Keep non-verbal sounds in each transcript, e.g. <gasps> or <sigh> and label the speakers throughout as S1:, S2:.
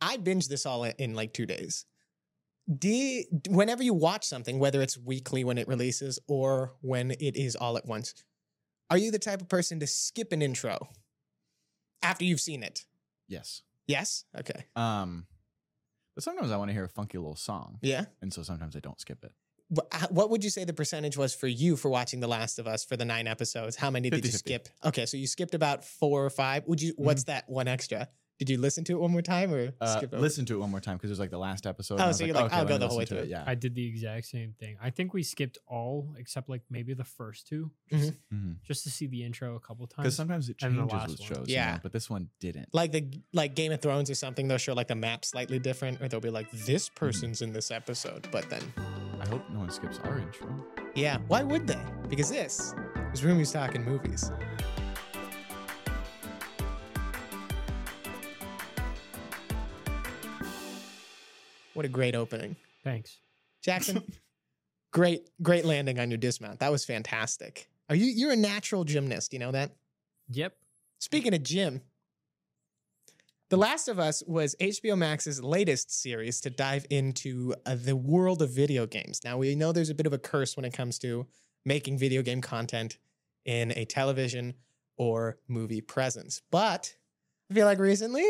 S1: I binged this all in, in like two days. Did whenever you watch something, whether it's weekly when it releases or when it is all at once, are you the type of person to skip an intro after you've seen it?
S2: Yes.
S1: Yes. Okay.
S2: Um, but sometimes I want to hear a funky little song,
S1: Yeah.
S2: and so sometimes I don't skip it.
S1: Wh- h- What would you say the percentage was for you for watching The Last of Us for the nine episodes? How many did you
S2: 50-50.
S1: skip? Okay, so you skipped about four or five. Would you? What's that one extra? Did you listen to it one more time or
S2: Mm-hmm. Uh,
S1: skip it?
S2: listen to it one more time because it was like the last episode. and
S1: Oh,
S2: I was
S1: so you're like, I'll
S2: let
S1: go
S2: me
S1: the whole
S2: listen
S1: way
S2: to
S1: through.
S2: Yeah.
S3: I did the exact same thing. I think we skipped all except like maybe the first two, just,
S2: Mhm.
S3: just to see the intro a couple times.
S2: Because sometimes it
S3: And the
S2: changes
S3: last
S2: with
S3: one.
S2: shows.
S1: Yeah.
S2: Yeah. but this one didn't.
S1: like the like Game of Thrones or something, they'll show like the map slightly different, or they'll be like, this person's in this episode, but then
S2: I hope no one skips our intro.
S1: yeah, why would they? Because this is Rumi's talking movies. What a great opening.
S3: Thanks.
S1: Jackson, great, great landing on your dismount. That was fantastic. Are you you're a natural gymnast, you know that?
S3: Yep.
S1: Speaking of gym, The Last of Us was HBO Max's latest series to dive into uh, the world of video games. Now, we know there's a bit of a curse when it comes to making video game content in a television or movie presence. But I feel like recently,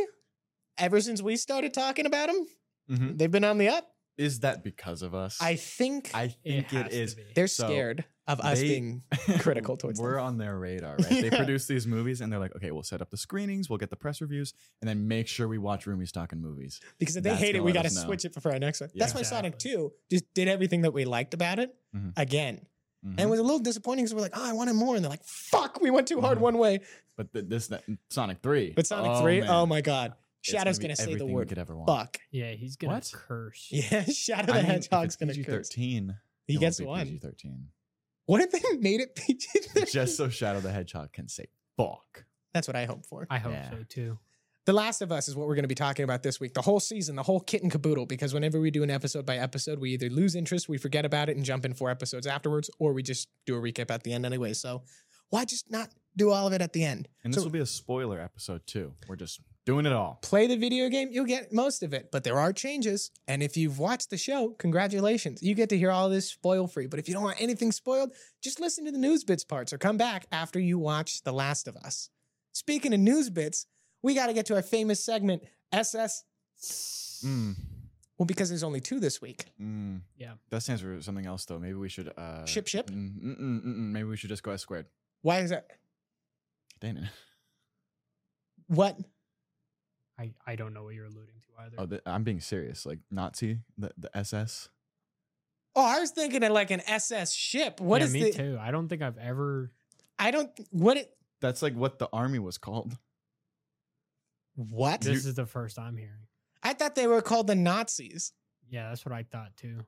S1: ever since we started talking about them, they've been on the up.
S2: Is that because of us?
S1: I think
S2: I think
S3: has
S2: it
S3: to
S2: is.
S3: be.
S1: they're
S2: so
S1: scared of us
S2: they- <laughs>
S1: being critical towards
S2: We're
S1: them.
S2: on
S1: <laughs>
S2: their radar, right? They
S1: Yeah.
S2: produce these movies and they're like, okay, we'll set up the screenings, we'll get the press reviews, and then make sure we watch Roomies Talking Movies.
S1: Because if they
S2: That's
S1: hate it,
S2: gonna
S1: we got
S2: let
S1: to
S2: us know.
S1: switch it for our next one.
S2: Yeah.
S1: That's why Sonic
S3: Exactly.
S1: 2 just did everything that we liked about it
S2: Mhm.
S1: again.
S2: Mhm.
S1: And it was a little disappointing because we're like, oh, I wanted more. And they're like, fuck, we went too hard
S2: Mhm.
S1: one way.
S2: but th- this that, Sonic 3.
S1: But Sonic 3,
S2: man.
S1: oh my God.
S2: It's
S1: Shadow's
S2: be
S1: going to say the
S2: everything we
S1: word
S2: could ever want.
S1: fuck.
S3: Yeah, he's gonna
S2: What?
S3: curse.
S1: Yeah, Shadow <laughs> the
S2: I mean, if
S1: Hedgehog's
S2: it's
S1: going to curse.
S2: PG-13.
S1: He gets one.
S2: PG-13.
S1: <laughs> What if they <laughs> made it PG 13?
S2: <laughs> Just so Shadow the Hedgehog can say fuck.
S1: That's what I hope for.
S3: I hope
S2: Yeah.
S3: so too.
S1: The Last of Us is what we're going to be talking about this week. The whole season, the whole kit and caboodle, because whenever we do an episode by episode, we either lose interest, we forget about it, and jump in four episodes afterwards, or we just do a recap at the end anyway. So why just not do all of it at the end?
S2: And this
S1: So
S2: will be a spoiler episode too. We're just doing it all.
S1: play the video game, you'll get most of it, but there are changes. And if you've watched the show, congratulations. You get to hear all this spoil free. But if you don't want anything spoiled, just listen to the news bits parts or come back after you watch The Last of Us. Speaking of news bits, we got to get to our famous segment, SS.
S2: Mm,
S1: Well, because there's only two this week.
S2: mm.
S3: Yeah.
S2: That stands for something else though. Maybe we should uh
S1: Ship, ship?
S2: Mm, mm, mm, mm, mm. maybe we should just go S squared.
S1: Why is that?
S2: Dang it.
S1: What?
S3: I I don't know what you're alluding to either.
S2: Oh, th- I'm being serious. Like Nazi, the, the SS.
S1: Oh, I was thinking of like an SS ship. What
S3: yeah,
S1: is
S3: me
S1: the?
S3: too. I don't think I've ever.
S1: I don't. What? It,
S2: That's like what the army was called.
S1: what?
S3: This is the first I'm hearing.
S1: I thought they were called the Nazis.
S3: Yeah, that's what I thought too.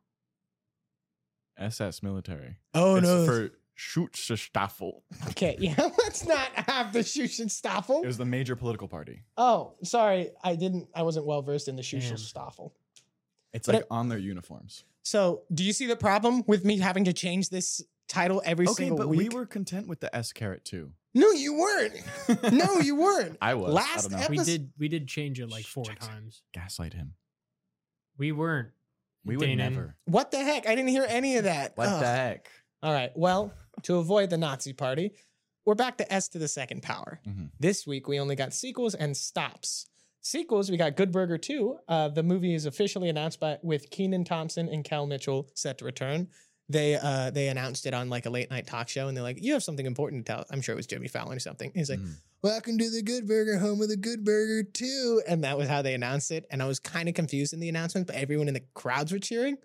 S2: SS military.
S1: Oh
S2: it's
S1: no!
S2: for Schutzstaffel.
S1: Okay, yeah, <laughs> let's not have the
S2: It
S1: Schuschenstaffel.
S2: was the major political party.
S1: Oh, sorry, I didn't. I wasn't well versed in the
S3: Damn.
S1: Schuschenstaffel.
S2: It's
S1: But
S2: like on their uniforms.
S1: So, do you see the problem with me having to change this title every
S2: Okay,
S1: single
S2: but
S1: week?
S2: we were content with the S carrot too.
S1: no, you weren't. <laughs> No, you
S2: <laughs>
S1: weren't.
S2: I was.
S1: Last
S2: I don't know.
S1: ep-
S3: We
S1: Epis-
S3: did we did change it like
S2: Shh,
S3: four
S2: Jackson.
S3: times.
S2: gaslight him.
S3: We weren't.
S2: We would
S3: Danon.
S2: never.
S1: what the heck? I didn't hear any of that. Ugh.
S2: heck?
S1: All right. Well, to avoid the Nazi party, we're back to S to the second power.
S2: Mhm.
S1: This week, we only got sequels and stops. Sequels, we got Good Burger 2. Uh, the movie is officially announced by with Keenan Thompson and Cal Mitchell set to return. They uh, they announced it on like a late night talk show, and they're like, "You have something important to tell." I'm sure it was Jimmy Fallon or something. He's like,
S2: Mm.
S1: "Welcome to the Good Burger, home of the Good Burger 2. and that was how they announced it. And I was kind of confused in the announcement, but everyone in the crowds were cheering.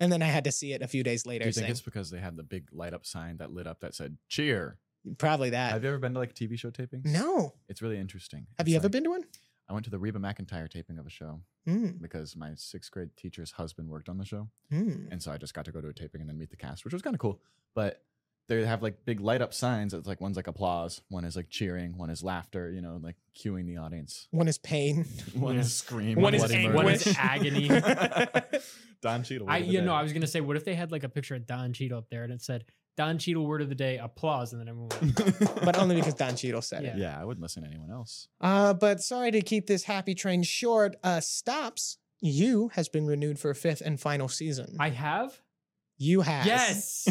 S1: And then I had to see it a few days later.
S2: Do you think
S1: saying,
S2: it's because they had the big light up sign that lit up that said cheer?
S1: Probably that.
S2: Have you ever been to like a TV show taping?
S1: Uh, No.
S2: It's really interesting.
S1: Have
S2: It's
S1: you ever
S2: like-
S1: been to one?
S2: I went to the Reba McIntyre taping of a show
S1: Mm,
S2: because my sixth grade teacher's husband worked on the show.
S1: mm.
S2: And so I just got to go to a taping and then meet the cast, which was kind of cool. But they have like big light up signs. It's like one's like applause, one is like cheering, one is laughter. You know, like cueing the audience.
S1: One is pain.
S2: One
S3: Yeah.
S2: is scream.
S1: One
S2: and
S1: is
S2: bloody murder.
S3: One
S1: anguish.
S3: is agony.
S2: Don Cheadle.
S3: I
S2: word of the
S3: you know
S2: day.
S3: I was gonna say, what if they had like a picture of Don Cheadle up there and it said Don Cheadle word of the day applause and then everyone went,
S1: but
S3: <laughs>
S1: only because Don Cheadle said it.
S3: Yeah.
S2: yeah, I wouldn't listen to anyone else.
S1: Uh, but sorry to keep this happy train short. Uh, Stops You has been renewed for a fifth and final season.
S3: I have
S2: <laughs>
S1: you has.
S3: yes.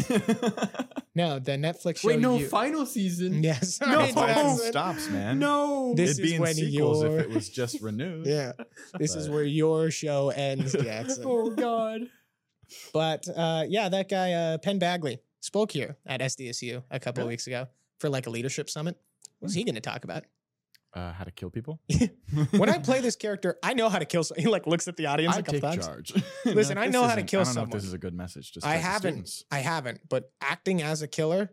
S1: No, the Netflix show.
S3: Wait, no,
S1: You-
S3: final
S1: <laughs>
S3: season.
S1: Yes.
S3: No.
S1: sorry, Jackson.
S2: stops, man.
S3: No,
S2: <laughs>
S1: This
S2: It'd be
S1: is
S2: in
S1: when
S2: sequels
S1: you're-
S2: if it was just
S1: <laughs>
S2: renewed.
S1: Yeah. This is
S2: But-
S1: where your show
S3: <laughs>
S1: ends, Jackson.
S3: oh god.
S1: but uh, yeah, that guy, uh, Penn Bagley, spoke here at SDSU a couple of
S2: Really?
S1: weeks ago for like a leadership summit. What was he going to talk about?
S2: Uh, how to kill people?
S1: When <laughs> I play this character, I know how to kill. So he like looks at the audience
S2: I
S1: a couple
S2: take
S1: times.
S2: <laughs> charge.
S1: Listen, I
S2: this
S1: know how to
S2: isn't-
S1: kill
S2: I don't know if
S1: someone.
S2: this is a good message. Just
S1: I
S2: as the
S1: haven't.
S2: students.
S1: I haven't, but acting as a killer,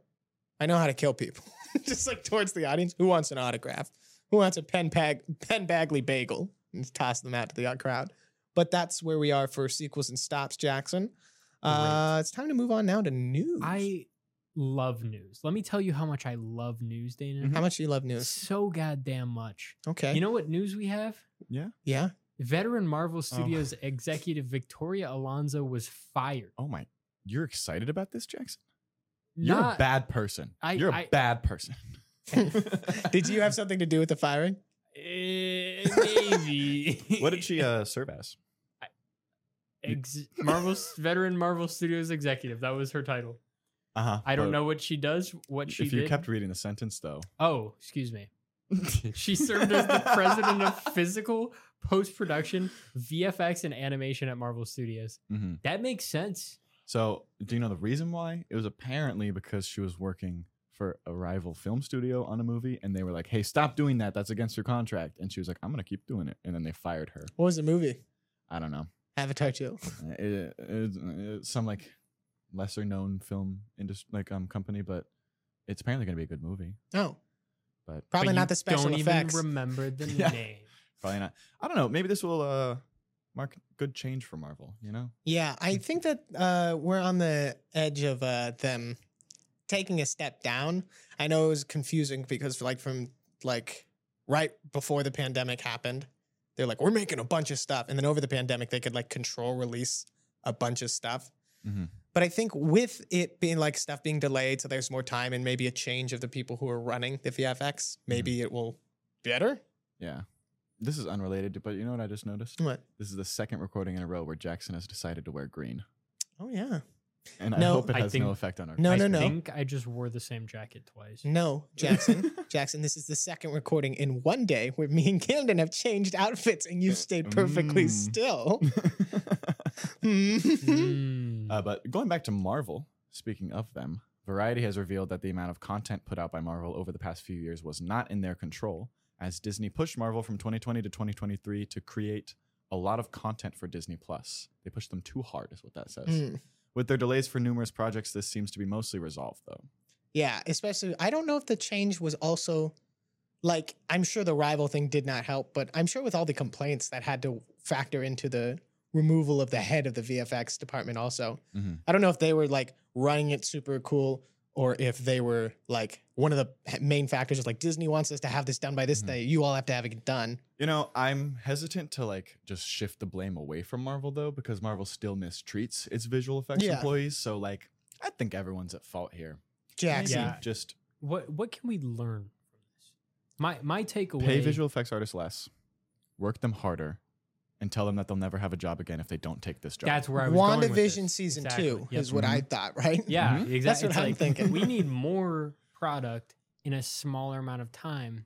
S1: I know how to kill people. <laughs> Just like towards the audience, who wants an autograph? Who wants a pen bag, pen Bagley bagel? And just toss them out to the crowd. But that's where we are for sequels and stops, Jackson. Uh, it's time to move on now to news.
S3: I love news. Let me tell you how much I love news, Dana.
S1: How much do you love news?
S3: So goddamn much.
S1: Mm-hmm. Okay.
S3: You know what news we have? <laughs>
S1: yeah. <laughs>
S3: Veteran Marvel Studios executive Victoria Alonso was fired.
S2: Oh my! You're excited about this, Jackson? You're a
S3: Not
S2: bad person.
S3: I-
S2: You're a
S3: I-
S1: <laughs>
S2: bad person.
S3: <laughs>
S1: Did you have something to do with the firing?
S3: Eh, maybe.
S2: <laughs> What did she uh, serve as?
S3: Ex- Marvel veteran Marvel Studios executive. That was her title.
S2: Uh huh.
S3: I don't know what she does. What she
S2: If you
S3: did.
S2: kept reading the
S1: <laughs>
S2: sentence, though, Mm-hmm.
S3: oh, excuse me. She served as the president of physical post production, VFX, and animation at Marvel Studios.
S2: hmm
S3: That makes sense.
S2: So, do you know the reason why? It was apparently because she was working for a rival film studio on a movie, and they were like, "Hey, stop doing that. That's against your contract." And she was like, "I'm gonna keep doing it." And then they fired her.
S1: What was the movie?
S2: I don't know. Uh,
S1: Avatar 2.
S2: It- it- it- some like lesser known film industry like um company, but it's apparently gonna be a good movie.
S1: Oh,
S2: But
S1: probably
S3: But you
S1: not the special
S3: don't
S1: effects.
S3: Even
S1: <laughs>
S3: remember the
S2: Yeah.
S3: name.
S2: probably not. I don't know. Maybe this will uh mark good change for Marvel. You know?
S1: Yeah, I think that uh, we're on the edge of uh, them taking a step down. I know it was confusing because, like, from like right before the pandemic happened, they're like, "We're making a bunch of stuff," and then over the pandemic, they could like control release a bunch of stuff.
S2: Mhm.
S1: But I think with it being like stuff being delayed, so there's more time and maybe a change of the people who are running the VFX, maybe it will better.
S2: Yeah. This is unrelated, but you know what I just noticed?
S1: What?
S2: This is the second recording in a row where Jackson has decided to wear green.
S1: Oh yeah.
S2: And I
S1: No,
S2: hope it
S3: I
S2: has
S3: think-
S2: no effect on our
S1: No,
S3: I
S1: no, no.
S3: think I just wore the same jacket twice.
S1: No, Jackson. Jackson, this is the second recording in one day where me and Camden have changed outfits and you've stayed perfectly
S2: Mm.
S1: still. <laughs> Hmm. Mm-hmm.
S3: Mm.
S2: <laughs> uh, but going back to Marvel, speaking of them, Variety has revealed that the amount of content put out by Marvel over the past few years was not in their control, as Disney pushed Marvel from 2020 to 2023 to create a lot of content for Disney Plus. They pushed them too hard, is what that says.
S1: Mm.
S2: With their delays for numerous projects, this seems to be mostly resolved, though.
S1: Yeah, especially, I don't know if the change was also like, I'm sure the rival thing did not help, but I'm sure with all the complaints that had to factor into the removal of the head of the VFX department, also,
S2: Mhm.
S1: I don't know if they were like running it super cool. Or if they were like one of the main factors is like Disney wants us to have this done by this
S2: Mhm.
S1: day, you all have to have it done.
S2: You know, I'm hesitant to like just shift the blame away from Marvel though, because Marvel still mistreats its visual effects
S1: Yeah.
S2: employees. So like, I think everyone's at fault here.
S1: Jackson.
S3: Yeah.
S2: Maybe just
S3: what what can we learn from this? My my takeaway.
S2: pay visual effects artists less, work them harder, and tell them that they'll never have a job again if they don't take this job.
S3: That's where I was going with this.
S1: WandaVision season
S3: Exactly.
S1: two
S3: Yep.
S1: is what I thought, right?
S3: Yeah,
S2: Mhm.
S3: exactly.
S1: Mm-hmm. That's what
S3: It's
S1: I'm
S3: like,
S1: thinking. <laughs>
S3: We need more product in a smaller amount of time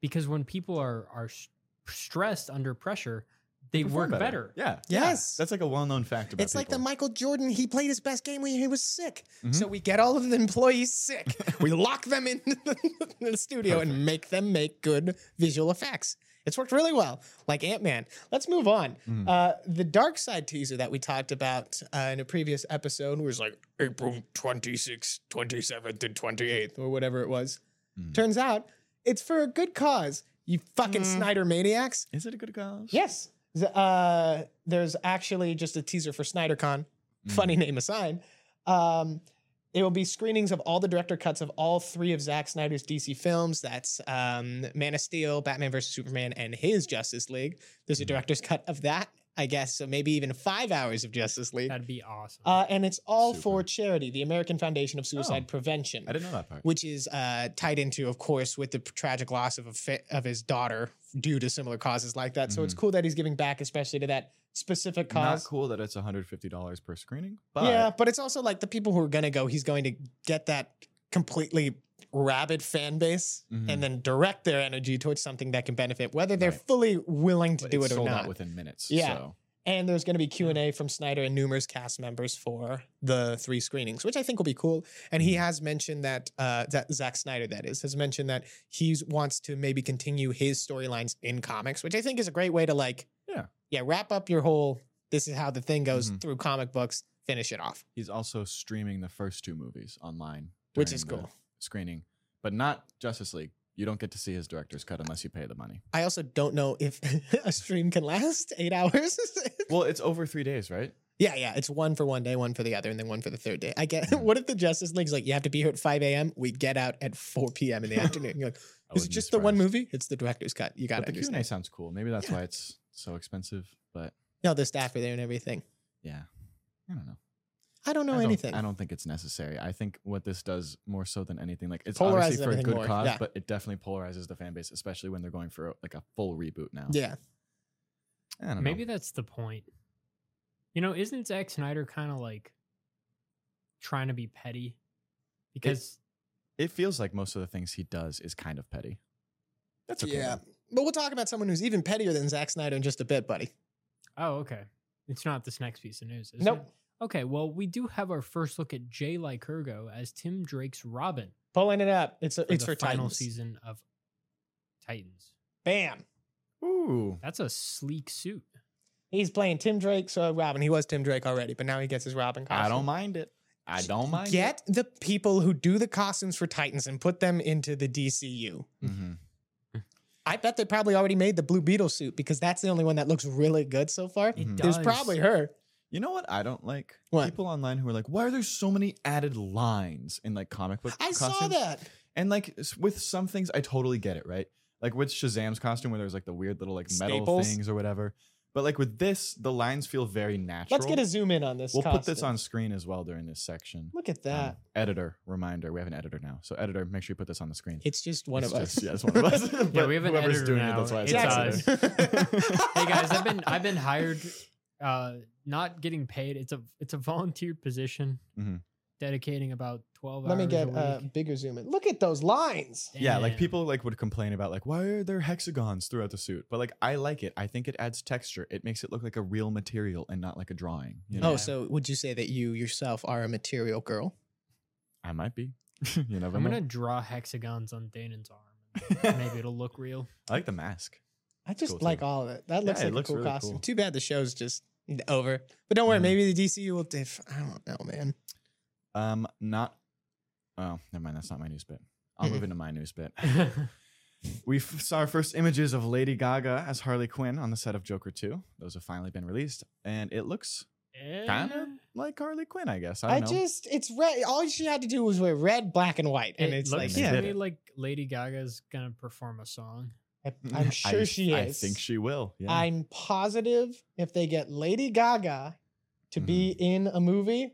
S3: because when people are are s- stressed under pressure, they
S2: Perform
S3: work better.
S2: Yeah.
S1: Yes.
S2: That's like a well-known fact
S1: <laughs>
S2: about
S1: it's like the
S2: people.
S1: Michael Jordan. He played his best game when he was sick.
S3: Mm-hmm.
S2: Mhm.
S1: So we get all of the employees
S3: <laughs>
S1: sick. we lock them in <laughs> the, the studio and make them make good visual effects. It's worked really well, like Ant Man. Let's move on.
S3: Mm.
S2: Mhm.
S1: Uh, the Dark Side teaser that we talked about uh, in a previous episode was like April 26th, 27th, and 28th, or whatever it was.
S3: Mm.
S2: Mhm.
S1: Turns out it's for a good cause, you fucking Snyder maniacs.
S2: Is it a good cause?
S1: Yes. The- uh,
S2: Mm-hmm. Mm.
S1: there's actually just a teaser for SnyderCon. Funny name aside. Um, It will be screenings of all the director cuts of all three of Zack Snyder's DC films. That's um, Man of Steel, Batman vs Superman, and his Justice League. There's a
S2: Mhm.
S1: director's cut of that, I guess. So maybe even five hours of Justice League.
S3: That'd be awesome.
S1: Uh, and it's all
S2: Super.
S1: for charity, the American Foundation of Suicide Prevention
S2: I didn't know that part.
S1: which is uh, tied into, of course, with the tragic loss of a fa- of his daughter due to similar causes like that. So it's
S2: Mhm.
S1: cool that he's giving back, especially to that specific
S2: Not
S1: cause.
S2: cool that it's $150 per screening, but
S1: yeah, but it's also like the people who are gonna go, he's going to get that completely rabid fan base
S2: Mhm.
S1: and then direct their energy towards something that can benefit, whether they're
S2: Right.
S1: fully willing to
S2: but
S1: do
S2: it's
S1: it or
S2: sold
S1: not.
S2: out within minutes.
S1: Yeah.
S2: So.
S1: and there's going to be q&a from snyder and numerous cast members for the three screenings which i think will be cool and
S2: Mm-hmm.
S1: he has mentioned that uh that Zack snyder that is has mentioned that he wants to maybe continue his storylines in comics which i think is a great way to like
S2: Yeah.
S1: yeah wrap up your whole this is how the thing goes
S2: Mhm.
S1: through comic books finish it off
S2: He's also streaming the first two movies online,
S1: which
S2: during
S1: is
S2: the
S1: cool
S2: Screening, but not Justice League. You don't get to see his director's cut unless you pay the money.
S1: i also don't know if <laughs> a stream can last eight hours <laughs>
S2: Well, it's over three days, right?
S1: yeah yeah it's one for one day one for the other and then one for the third day i get <laughs>
S2: Mhm.
S1: what if the justice league's like you have to be here at 5 a.m we get out at 4 p.m
S2: <laughs>
S1: in the afternoon you're like
S2: I
S1: Is
S2: wouldn't
S1: it
S2: be
S1: just the one
S2: surprised.
S1: movie? It's the director's cut. You got to
S2: But the Q and
S1: understand.
S2: A sounds cool. Maybe that's
S1: Yeah.
S2: why it's so expensive. But
S1: No, the staff are there and everything.
S2: yeah, I don't know.
S1: I don't know
S2: I don't,
S1: anything.
S2: I don't think it's necessary. I think what this does more so than anything, like it's
S1: Polarizes
S2: obviously for a
S1: everything
S2: good
S1: more,
S2: cause,
S1: yeah.
S2: but it definitely polarizes the fan base, especially when they're going for like a full reboot now.
S1: yeah,
S2: I don't know.
S3: Maybe that's the point. You know, isn't Zack Snyder kind of like trying to be petty? Because
S2: it feels like most of the things he does is kind of petty. That's okay.
S1: yeah.
S2: though.
S1: But we'll talk about someone who's even pettier than Zack Snyder in just a bit, buddy.
S3: oh, okay, it's not this next piece of news, is
S1: nope.
S3: it? Okay, well, we do have our first look at Jay Lycurgo as Tim Drake's Robin.
S1: Pulling it up. It's a,
S3: For
S1: it's
S3: the
S1: for
S3: final
S1: Titans.
S3: season of Titans.
S1: Bam.
S2: Ooh.
S3: That's a sleek suit.
S1: He's playing Tim Drake, so Robin. He was Tim Drake already, but now he gets his Robin costume.
S2: I don't mind it. I don't mind.
S1: Get the people who do the costumes for Titans and put them into the DCU.
S2: It. Mhm.
S1: I bet they probably already made the Blue Beetle suit because that's the only one that looks really good so far.
S3: It
S2: Mhm.
S1: Mm-hmm. There's
S3: does.
S1: probably her.
S2: You know what I don't like?
S1: What?
S2: People online who are like, "Why are there so many added lines in like comic book?"
S1: I saw
S2: costumes?"
S1: that.
S2: And like s- with some things, I totally get it, right? Like with Shazam's costume, where there's like the weird little like metal
S1: Staples?
S2: things or whatever. But like with this, the lines feel very natural.
S1: Let's get a zoom in on this.
S2: We'll put this
S1: costume.
S2: on screen as well during this section.
S1: Look at
S2: Um,
S1: that.
S2: editor reminder: we have an editor now, so editor, make sure you put this on the screen.
S1: It's just one
S2: It's
S1: of
S2: just-
S1: us. <laughs>
S2: Yeah, it's one of us.
S3: Yeah,
S2: But
S3: we have an
S2: whoever's
S3: editor now.
S2: that's why
S3: It's
S2: us.
S3: us. <laughs>
S2: <laughs>
S1: <laughs>
S3: Hey guys, I've been I've been hired, uh, not getting paid. It's a it's a volunteer position,
S2: Mhm.
S3: dedicating about twelve
S1: Let
S3: hours.
S1: me get
S3: a
S1: a
S3: week.
S1: uh, bigger zoom in. Look at those lines.
S2: Yeah, like
S3: Damn.
S2: people like would complain about like why are there hexagons throughout the suit? But like I like it. I think it adds texture. It makes it look like a real material and not like a drawing. You know?
S1: Oh, so would you say that you yourself are a material girl?
S2: I might be. <laughs> you never
S3: I'm
S2: know.
S3: gonna draw hexagons on Danon's arm. Maybe it'll look real. <laughs>
S2: I like the mask.
S1: I just
S2: Cool,
S1: like
S2: too.
S1: all of it. That
S2: Yeah,
S1: looks
S2: it
S1: like
S2: looks
S1: a cool
S2: really
S1: costume.
S2: cool.
S1: Too bad the show's just over. But don't worry,
S2: Mhm.
S1: maybe the DCU will diff. I don't know, man.
S2: Um, not. Oh, never mind. That's not my news bit. I'll
S1: Mhm. <laughs>
S2: move into my news bit. We f- saw our first images of Lady Gaga as Harley Quinn on the set of Joker 2. Those have finally been released, and it looks kind of like Harley Quinn, I guess. I
S1: I,
S2: don't know.
S1: just it's red. All she had to do was wear red, black, and white, and
S3: It
S1: it's like
S2: like
S3: looks to
S2: they
S1: yeah.
S3: me
S2: did it.
S3: like Lady Gaga's gonna perform a song.
S1: I, I'm sure
S2: <laughs> I-
S1: she
S2: I
S1: is.
S2: think she will. Yeah.
S1: I'm positive if they get Lady Gaga to be
S2: Mm-hmm.
S1: in a movie,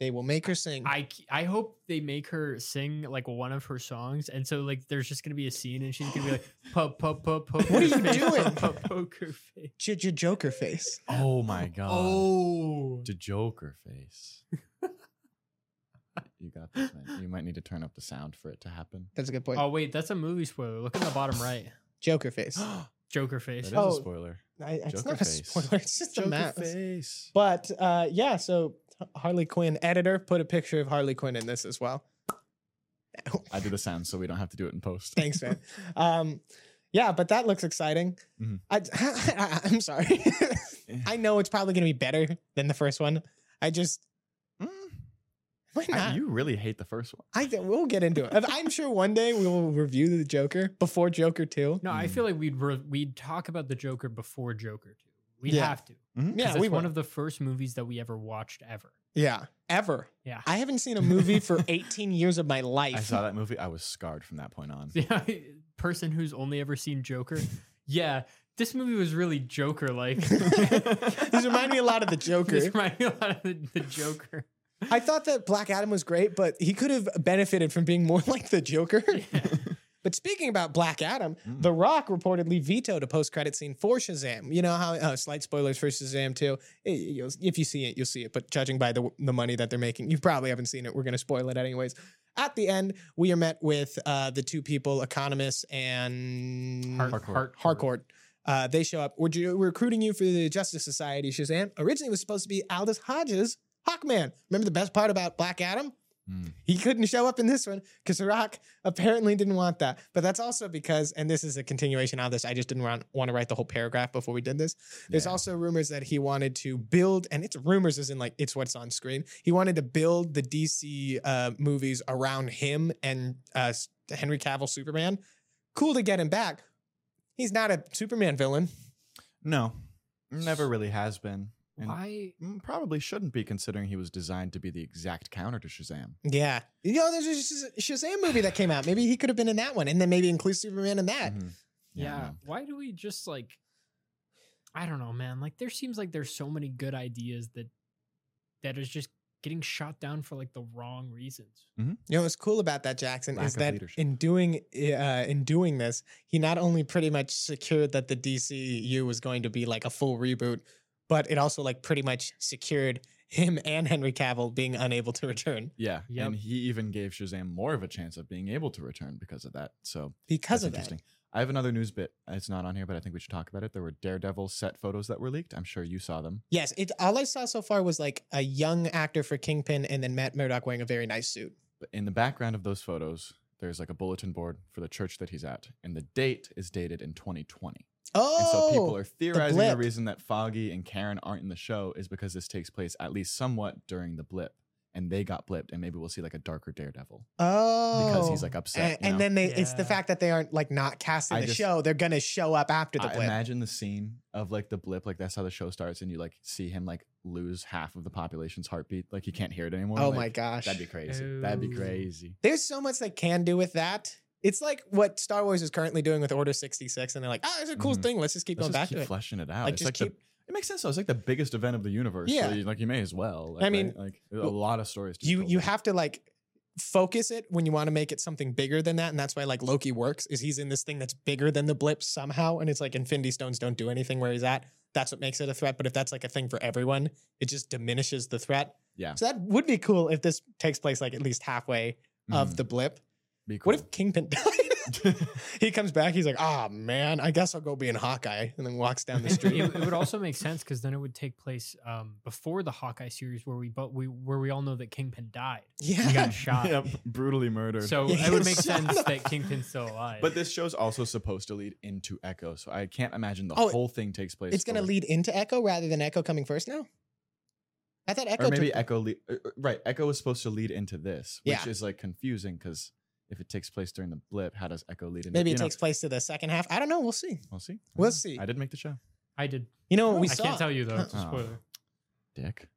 S1: they will make her sing.
S3: I c- I hope they make her sing like one of her songs, and so like there's just gonna be a scene, and she's gonna be like, <laughs> "Poke, poke, poke, poke."
S1: What are
S3: her
S1: you
S3: face,
S1: doing?
S3: Poke, poke, poke her face.
S1: J- J- Joker face.
S2: oh my
S1: <gasps>
S2: god.
S3: Oh,
S2: The Joker face. <laughs> you got this, man. You might need to turn up the sound for it to happen.
S1: That's a good point.
S3: oh wait, that's a movie spoiler. Look in the bottom right,
S1: Joker
S3: <gasps>
S1: face.
S2: <gasps> that
S3: Joker
S2: is
S3: face.
S1: Oh,
S2: a spoiler.
S1: I, it's
S2: Joker
S1: not
S2: face.
S1: a spoiler. It's just a mask.
S2: face.
S1: But uh, yeah, so H- Harley Quinn editor put a picture of Harley Quinn in this as well.
S2: I did the sound so we don't have to do it in post. <laughs>
S1: Thanks, man. um, yeah, but that looks exciting.
S2: Mhm.
S1: I, I, <laughs> I'm sorry. <laughs> I know it's probably going to be better than the first one. I just
S2: Mm.
S1: why
S2: I-
S1: not?
S2: you really hate the first one.
S1: I th- we'll get into it. I'm sure one day we will review the Joker before Joker Two.
S3: No, I
S2: Mm.
S3: feel like we'd re- we'd talk about the Joker before Joker two. We
S1: Yeah.
S3: have to.
S2: Mhm.
S3: 'Cause
S1: Yeah,
S3: it's
S1: we
S3: one
S1: were.
S3: of the first movies that we ever watched ever. <laughs>
S1: yeah, ever.
S3: Yeah.
S1: I haven't seen a movie for 18 years of my life.
S2: I saw <laughs> that movie. I was scarred from that point on.
S3: Yeah, person who's only ever seen Joker. Yeah, this movie was really
S1: <laughs>
S3: Joker <laughs> like.
S1: <laughs> These remind me a lot of the Joker.
S3: This reminded me a lot of the,
S1: <laughs>
S3: the Joker.
S1: I thought that Black Adam was great, but he could have benefited from being more <laughs> like the Joker. But speaking about Black Adam,
S2: Mm.
S1: The Rock reportedly vetoed a post-credit scene for Shazam. You know how uh, slight spoilers for Shazam too. if you see it, you'll see it. But judging by the the money that they're making, you probably haven't seen it. We're going to spoil it anyways. At the end, we are met with uh, the two people, economists and
S2: Harcourt.
S1: Harcourt. Uh, they show up. We're, ju- we're recruiting you for the Justice Society, Shazam. Originally, it was supposed to be Aldous Hodges, Hawkman. Remember the best part about Black Adam?
S2: Mm.
S1: He couldn't show up in this one because Rock apparently didn't want that. But that's also because, and this is a continuation of this, I just didn't want, want to write the whole paragraph before we did this. There's
S2: Yeah.
S1: also rumors that he wanted to build, and it's rumors as in like it's what's on screen. He wanted to build the DC uh, movies around him and uh, S- Henry Cavill Superman. Cool to get him back. He's not a Superman villain.
S2: no, never really has been. And
S3: Why?
S2: mm, Probably shouldn't be considering he was designed to be the exact counter to Shazam.
S1: Yeah. You know, there's a Shaz- Shazam movie that came out. Maybe he could have been in that one, and then maybe include Superman in that.
S2: Mhm.
S3: Yeah.
S2: no.
S3: Why do we just like? I don't know, man. Like there seems like there's so many good ideas that that is just getting shot down for like the wrong reasons.
S1: You know what's cool about that, Jackson,
S2: Lack
S1: is
S2: of
S1: that
S2: leadership.
S1: in doing uh, in doing this, he not only pretty much secured that the DCU was going to be like a full reboot, but it also like pretty much secured him and Henry Cavill being unable to return
S2: Yeah.
S3: Yep.
S2: And he even gave Shazam more of a chance of being able to return because of that. So
S1: because
S2: that's
S1: of that.
S2: interesting. I have another news bit. It's not on here, but I think we should talk about it. There were Daredevil set photos that were leaked. I'm sure you saw them.
S1: Yes, it all I saw so far was like a young actor for Kingpin and then Matt Murdock wearing a very nice suit.
S2: But in the background of those photos, there's like a bulletin board for the church that he's at. And the date is dated in 2020.
S1: Oh,
S2: and so people are theorizing the,
S1: blip.
S2: reason that Foggy and Karen aren't in the show is because this takes place at least somewhat during the blip. And they got blipped, and maybe we'll see like a darker Daredevil
S1: oh,
S2: because he's like upset.
S1: and,
S2: you
S1: and
S2: know?
S1: then they, it's the
S3: Yeah.
S1: fact that they aren't like not cast in
S2: I
S1: the
S2: just-
S1: show; they're gonna show up after the
S2: I
S1: blip.
S2: imagine the scene of like the blip, like that's how the show starts, and you like see him like lose half of the population's heartbeat, like he can't hear it anymore.
S1: oh
S2: like,
S1: my gosh,
S2: that'd be crazy. That'd be
S3: Ooh.
S2: crazy.
S1: There's so much they can do with that. It's like what Star Wars is currently doing with Order 66, and they're like, oh, it's a cool
S2: Mhm.
S1: thing. Let's just keep
S2: Let's
S1: going
S2: just
S1: back
S2: keep
S1: to it.
S2: fleshing it out.
S1: Like,
S2: it's
S1: just
S2: like
S1: keep.
S2: the, it makes sense though. It's like the biggest event of the universe.
S1: Yeah.
S2: so you, like you may as well. Like,
S1: I mean,
S2: right? like a
S1: well,
S2: lot of stories. to be
S1: you
S2: told
S1: you
S2: there.
S1: have to like focus it when you want to make it something bigger than that, and that's why like Loki works. Is he's in this thing that's bigger than the blip somehow, and it's like Infinity Stones don't do anything where he's at. That's what makes it a threat. But if that's like a thing for everyone, it just diminishes the threat.
S2: Yeah.
S1: So that would be cool if this takes place like at least halfway
S2: Mhm.
S1: of the blip.
S2: Be
S1: What <laughs>
S2: cool.
S1: if Kingpin died? he comes back. He's like, "Ah, man, I guess I'll go be in Hawkeye," and then walks down
S2: <laughs>
S1: the
S3: And it,
S1: street.
S3: it would also make sense because then it would take place um, before the Hawkeye series, where we but we where we all know that Kingpin died. He
S1: <laughs> yeah,
S2: <laughs>
S3: got shot.
S2: Yep, brutally murdered. <laughs>
S3: So
S1: Yeah,
S3: it would
S1: he
S3: make
S1: was shot
S3: sense
S1: up.
S3: that Kingpin's still alive.
S2: but this show's also supposed to lead into Echo, so I can't imagine the
S1: Oh,
S2: whole thing takes place.
S1: it's gonna
S2: over-
S1: lead into Echo rather than Echo coming first now. I thought Echo.
S2: or maybe
S1: took-
S2: Echo, le- uh, uh, right? Echo was supposed to lead into this, which
S1: Yeah.
S2: is like confusing because if it takes place during the blip, how does Echo lead into?
S1: maybe
S2: you
S1: it
S2: know,
S1: takes place to the second half. I don't know. We'll see.
S2: We'll see. Mm-hmm.
S1: We'll see.
S2: I did make the show,
S3: I did.
S1: You know
S2: Oh,
S1: what we
S3: I
S1: saw.
S3: can't tell you though. It's a
S2: Uh-uh.
S3: spoiler.
S2: Dick.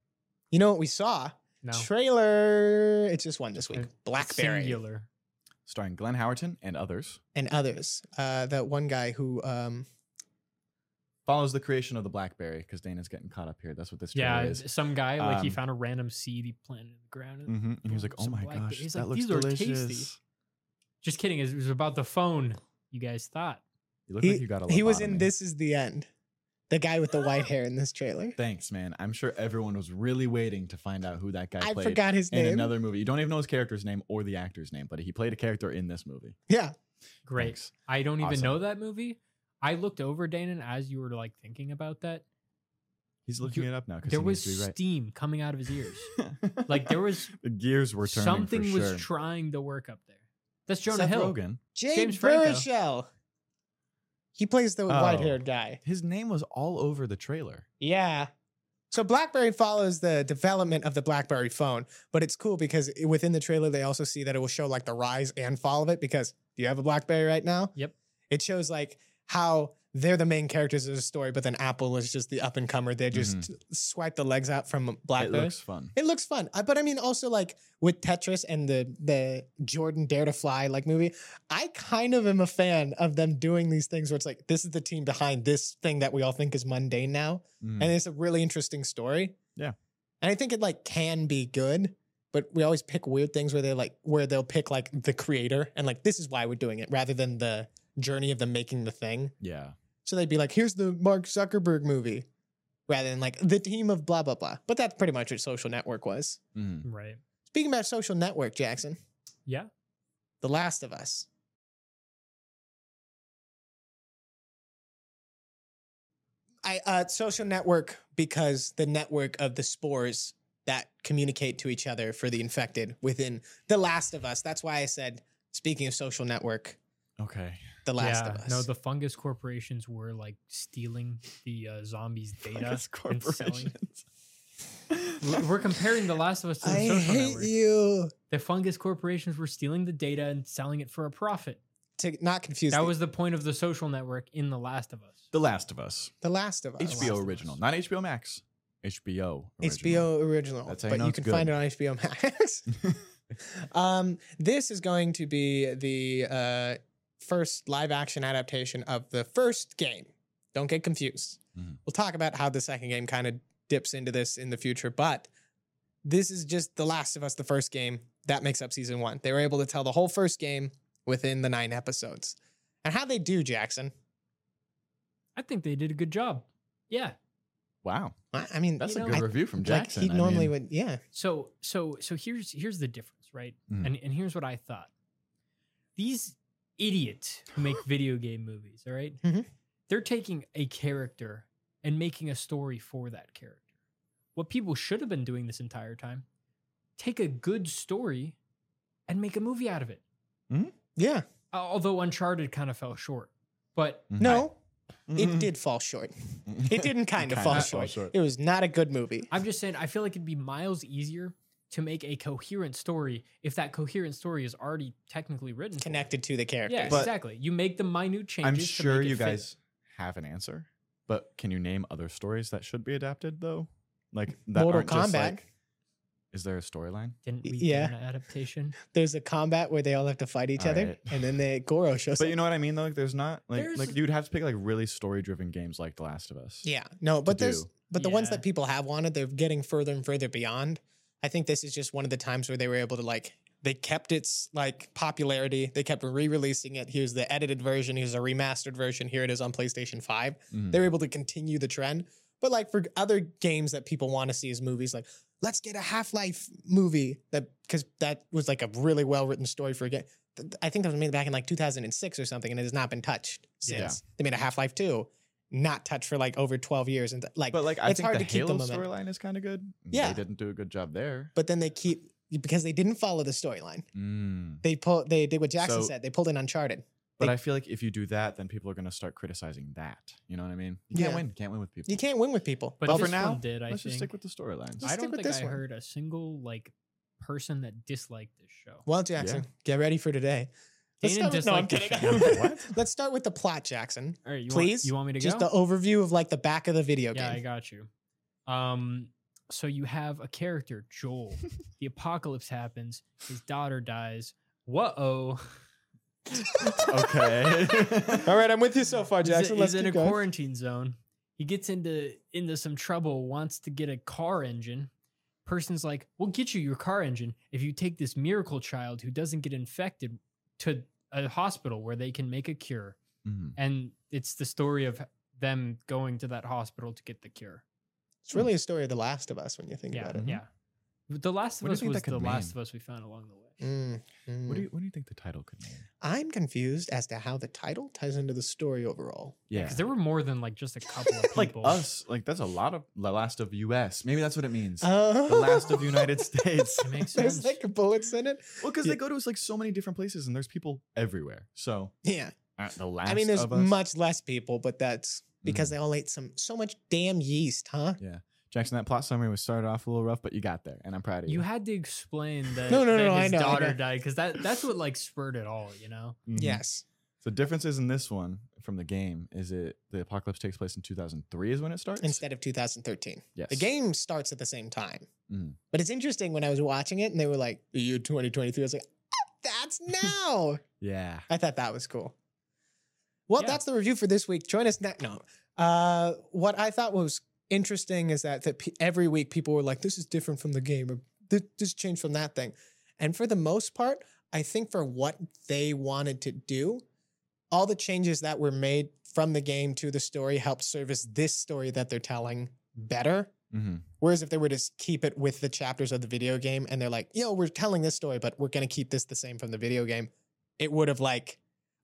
S1: You know what we saw?
S3: No.
S1: Trailer. It's just one this week.
S3: Okay.
S1: Blackberry
S3: Singular.
S2: Starring Glenn Howerton and others,
S1: and others. Uh, that one guy who. Um,
S2: follows the creation of the BlackBerry because Dana's getting caught up here. That's what this trailer
S3: Yeah,
S2: is.
S3: some guy like he
S2: Um,
S3: found a random seed he planted in the ground. and-
S2: hmm And he was like, "Oh
S3: Some
S2: my
S3: blackberry."
S2: gosh,
S3: He's
S2: that
S3: like,
S2: looks
S3: "These are tasty."
S2: delicious."
S3: Just kidding. It was about the phone. You guys thought.
S2: You look
S1: he
S2: like you got a.
S1: he was in
S2: lobotomy.
S1: This Is the End. The guy with the white hair in this trailer.
S2: Thanks, man. I'm sure everyone was really waiting to find out who that guy
S1: I
S2: played
S1: forgot his
S2: in
S1: name.
S2: another movie. You don't even know his character's name or the actor's name, but he played a character in this movie.
S1: yeah.
S3: Great.
S2: Thanks.
S3: I don't even
S2: Awesome.
S3: know that movie. I looked over Danon as you were like thinking about that.
S2: He's looking
S3: You-
S2: it up now because
S3: There was
S2: to be right.
S3: steam coming out of his
S2: <laughs>
S3: ears. like there was
S2: the gears were turning.
S3: something
S2: for
S3: was
S2: sure.
S3: trying to work up there. That's Jonah
S2: Seth
S3: Hill.
S2: Rogen.
S1: Jay
S3: James
S1: James
S3: Franco.
S1: Baruchel. He plays the white haired guy.
S2: His name was all over the trailer.
S1: Yeah. So BlackBerry follows the development of the BlackBerry phone, but it's cool because i- within the trailer they also see that it will show like the rise and fall of it because do you have a BlackBerry right now?
S3: Yep.
S1: It shows like how they're the main characters of the story, but then Apple is just the up and comer. They just swipe the legs out from
S2: it
S1: BlackBerry.
S2: looks fun.
S1: It looks fun, I, but I mean, also like with Tetris and the the Jordan Dare to Fly like movie, I kind of am a fan of them doing these things where it's like this is the team behind this thing that we all think is mundane now,
S2: Mhm.
S1: and it's a really interesting story.
S2: Yeah.
S1: and I think it like can be good, but we always pick weird things where they like where they'll pick like the creator and like this is why we're doing it rather than the journey of them making the thing.
S2: yeah.
S1: So they'd be like, here's the Mark Zuckerberg movie. Rather than like the team of blah blah blah, but that's pretty much what Social Network was.
S2: Mhm.
S3: Right.
S1: Speaking about social network, Jackson,
S3: Yeah.
S1: The Last of Us. I uh, social network because the network of the spores that communicate to each other for the infected within The Last of Us. That's why I said, speaking of social network,
S2: Okay.
S1: The Last
S3: yeah.
S1: of Us.
S3: No, the fungus corporations were like stealing the uh, zombies'
S2: <laughs>
S3: data.
S2: Fungus
S3: and selling-
S1: <laughs>
S2: corporations.
S3: We're- We're comparing The Last of Us to the
S1: I
S3: social
S1: hate
S3: network.
S1: you.
S3: The fungus corporations were stealing the data and selling it for a profit.
S1: To not confuse
S3: that
S1: the,
S3: was the point of the social network in The Last of Us.
S2: The Last of Us.
S1: The Last of Us.
S2: HBO
S3: Us.
S2: original, not HBO Max. HBO. Original.
S1: HBO original,
S2: That's how you
S1: but
S2: know
S1: you
S2: it's
S1: can
S2: good.
S1: find it on HBO
S2: <laughs>
S1: Max. <laughs> um, this is going to be the uh, first live action adaptation of the first game. Don't get confused.
S2: Mhm.
S1: We'll talk about how the second game kind of dips into this in the future, but this is just The Last of Us, the first game that makes up season one. They were able to tell the whole first game within the nine episodes. And how they do, Jackson?
S3: I think they did a good job. Yeah.
S2: Wow.
S1: I I mean,
S2: That's
S1: you
S2: a
S1: know,
S2: good
S1: I-
S2: review from
S1: like,
S2: Jackson.
S1: he
S2: I
S1: normally
S2: mean,
S1: would, yeah.
S3: So so so here's here's the difference, right?
S2: Mhm.
S3: And and here's what I thought. These idiots who make video game movies, all right?
S1: Mhm.
S3: They're taking a character and making a story for that character. What people should have been doing this entire time, take a good story and make a movie out of it.
S1: Yeah.
S3: Al- Although Uncharted kind of fell short. But
S2: Mm-hmm.
S1: No, it did fall short. <laughs> It didn't kind of
S2: kinda
S1: fall
S2: fell
S1: short.
S2: short.
S1: It was not a good movie.
S3: I'm just saying, I feel like it'd be miles easier to make a coherent story if that coherent story is already technically written. for it.
S1: Connected to the characters.
S3: Yeah,
S2: But-
S3: exactly. You make the minute
S2: <laughs>
S3: changes.
S2: I'm
S3: to make
S2: sure
S3: it
S2: you
S3: fit.
S2: guys have an answer, but can you name other stories that should be adapted though? Like that
S1: Mortal
S2: aren't just
S1: Kombat.
S2: like- is there a storyline?
S3: didn't we
S1: Yeah.
S3: do an adaptation.
S1: There's a combat where they all have to fight each
S2: All
S1: other,
S2: right.
S1: and then they Goro shows
S2: But you
S1: up.
S2: know what I mean though? Like there's not like
S3: There's-
S2: like you'd have to pick like really story driven games like The Last of Us.
S1: Yeah, no, but there's
S2: do.
S1: but the ones
S3: Yeah.
S1: that people have wanted, they're getting further and further beyond. I think this is just one of the times where they were able to like they kept its like popularity. They kept re-releasing it. Here's the edited version. Here's a remastered version. Here it is on PlayStation Five.
S2: Mhm.
S1: They're able to continue the trend. But like for other games that people want to see as movies, like let's get a Half Life movie that because that was like a really well written story for a game. Th- th- I think that was made back in like 2006 or something, and it has not been touched since.
S2: Yeah.
S1: They made a Half Life two, not touched for like over 12 years, and th- like
S2: But like I
S1: it's
S2: think
S1: hard
S2: the
S1: to keep the
S2: Halo
S1: momentum.
S2: storyline is kind of good.
S1: Yeah.
S2: They didn't do a good job there.
S1: but then they keep because they didn't follow the storyline.
S2: Mm.
S1: They pull they did what Jackson
S2: So-
S1: said. They pulled in Uncharted.
S2: But
S1: Like-
S2: I feel like if you do that, then people are going to start criticizing that. You know what I mean? You
S1: Yeah.
S2: can't win. Can't win with people.
S1: You can't win with people.
S3: But
S1: Well,
S3: this
S2: for now,
S3: one did I
S2: Let's
S3: think?
S2: just stick with
S1: <laughs>
S2: the storylines.
S1: Just
S3: I
S1: stick
S3: don't
S1: with
S3: think I
S1: this one.
S3: heard a single like person that disliked this show.
S1: Well, Jackson, get ready for today. Let's
S3: Dana
S1: start with, no, I'm
S3: disliked the
S1: kidding.
S3: <laughs>
S2: show. What?
S1: Let's start with the plot, Jackson.
S3: All right, you
S1: Please,
S3: Want, you want me to
S1: Just
S3: go?
S1: the overview of like the back of the video
S3: yeah, I
S1: game.
S3: got you. Um, so you have a character
S1: <laughs>
S3: Joel. the apocalypse happens. His daughter dies. Whoa! oh
S2: okay.
S1: All right, I'm with you so far,
S3: He's, a-
S1: Jackson.
S3: he's
S1: Let's
S3: in
S1: keep
S3: a
S1: going.
S3: quarantine zone. He gets into into some trouble. Wants to get a car engine. Person's like, "We'll get you your car engine if you take this miracle child who doesn't get infected to a hospital where they can make a cure."
S1: Mm-hmm.
S2: Mhm.
S3: And it's the story of them going to that hospital to get the cure.
S1: It's really a story of The Last of Us when you think
S3: yeah,
S1: about it.
S2: Mhm.
S3: yeah. But The Last of
S2: What do you
S3: Us
S2: think
S3: was
S2: that could
S3: the Last
S2: mean?
S3: of Us we found along the way.
S1: Mm, mm.
S2: What do you What do you think the title could mean?
S1: I'm confused as to how the title ties into the story <laughs> overall.
S2: Yeah.
S3: Because there were more than like just a couple of
S2: <laughs> like
S3: people.
S2: us, like that's a lot of the last of U.S. Maybe that's what it means.
S1: Oh,
S2: the last of United States.
S3: It
S1: <laughs>
S3: makes
S1: There's
S3: sense.
S1: like bullets in it.
S2: well, because
S1: Yeah.
S2: they go to us like so many different places, and there's people everywhere. So
S1: Yeah,
S2: uh, the last.
S1: I mean, there's
S2: of us,
S1: much less people, but that's because they all ate some so much damn yeast, huh?
S2: Jackson. That plot summary was started off a little rough, but you got there, and I'm proud of you.
S3: You had to explain that,
S1: No, no,
S3: that
S1: no, I
S3: his
S1: know, I
S3: daughter
S1: know. Mm-hmm.
S3: died because that, that's what like spurred it all, you know?
S2: Mhm.
S1: Yes.
S2: So differences in this one from the game is it the apocalypse takes place in 2003 is when it starts.
S1: instead of 2013.
S2: yes.
S1: The game starts at the same time.
S2: Mm.
S1: But it's interesting when I was watching it and they were like, the year 2023. I was like, "Ah, that's <laughs> now.
S2: Yeah.
S1: I thought that was cool. Well,
S3: Yeah.
S1: that's the review for this week. Join us next. No. Uh, what I thought was interesting is that, that pe- every week people were like, this is different from the game, or "Th- this changed from that thing. And for the most part, I think for what they wanted to do, all the changes that were made from the game to the story help service this story that they're telling better.
S2: Mm-hmm.
S1: Whereas if they were to s- keep it with the chapters of the video game and they're like, you know, we're telling this story, but we're going to keep this the same from the video game, it would have like,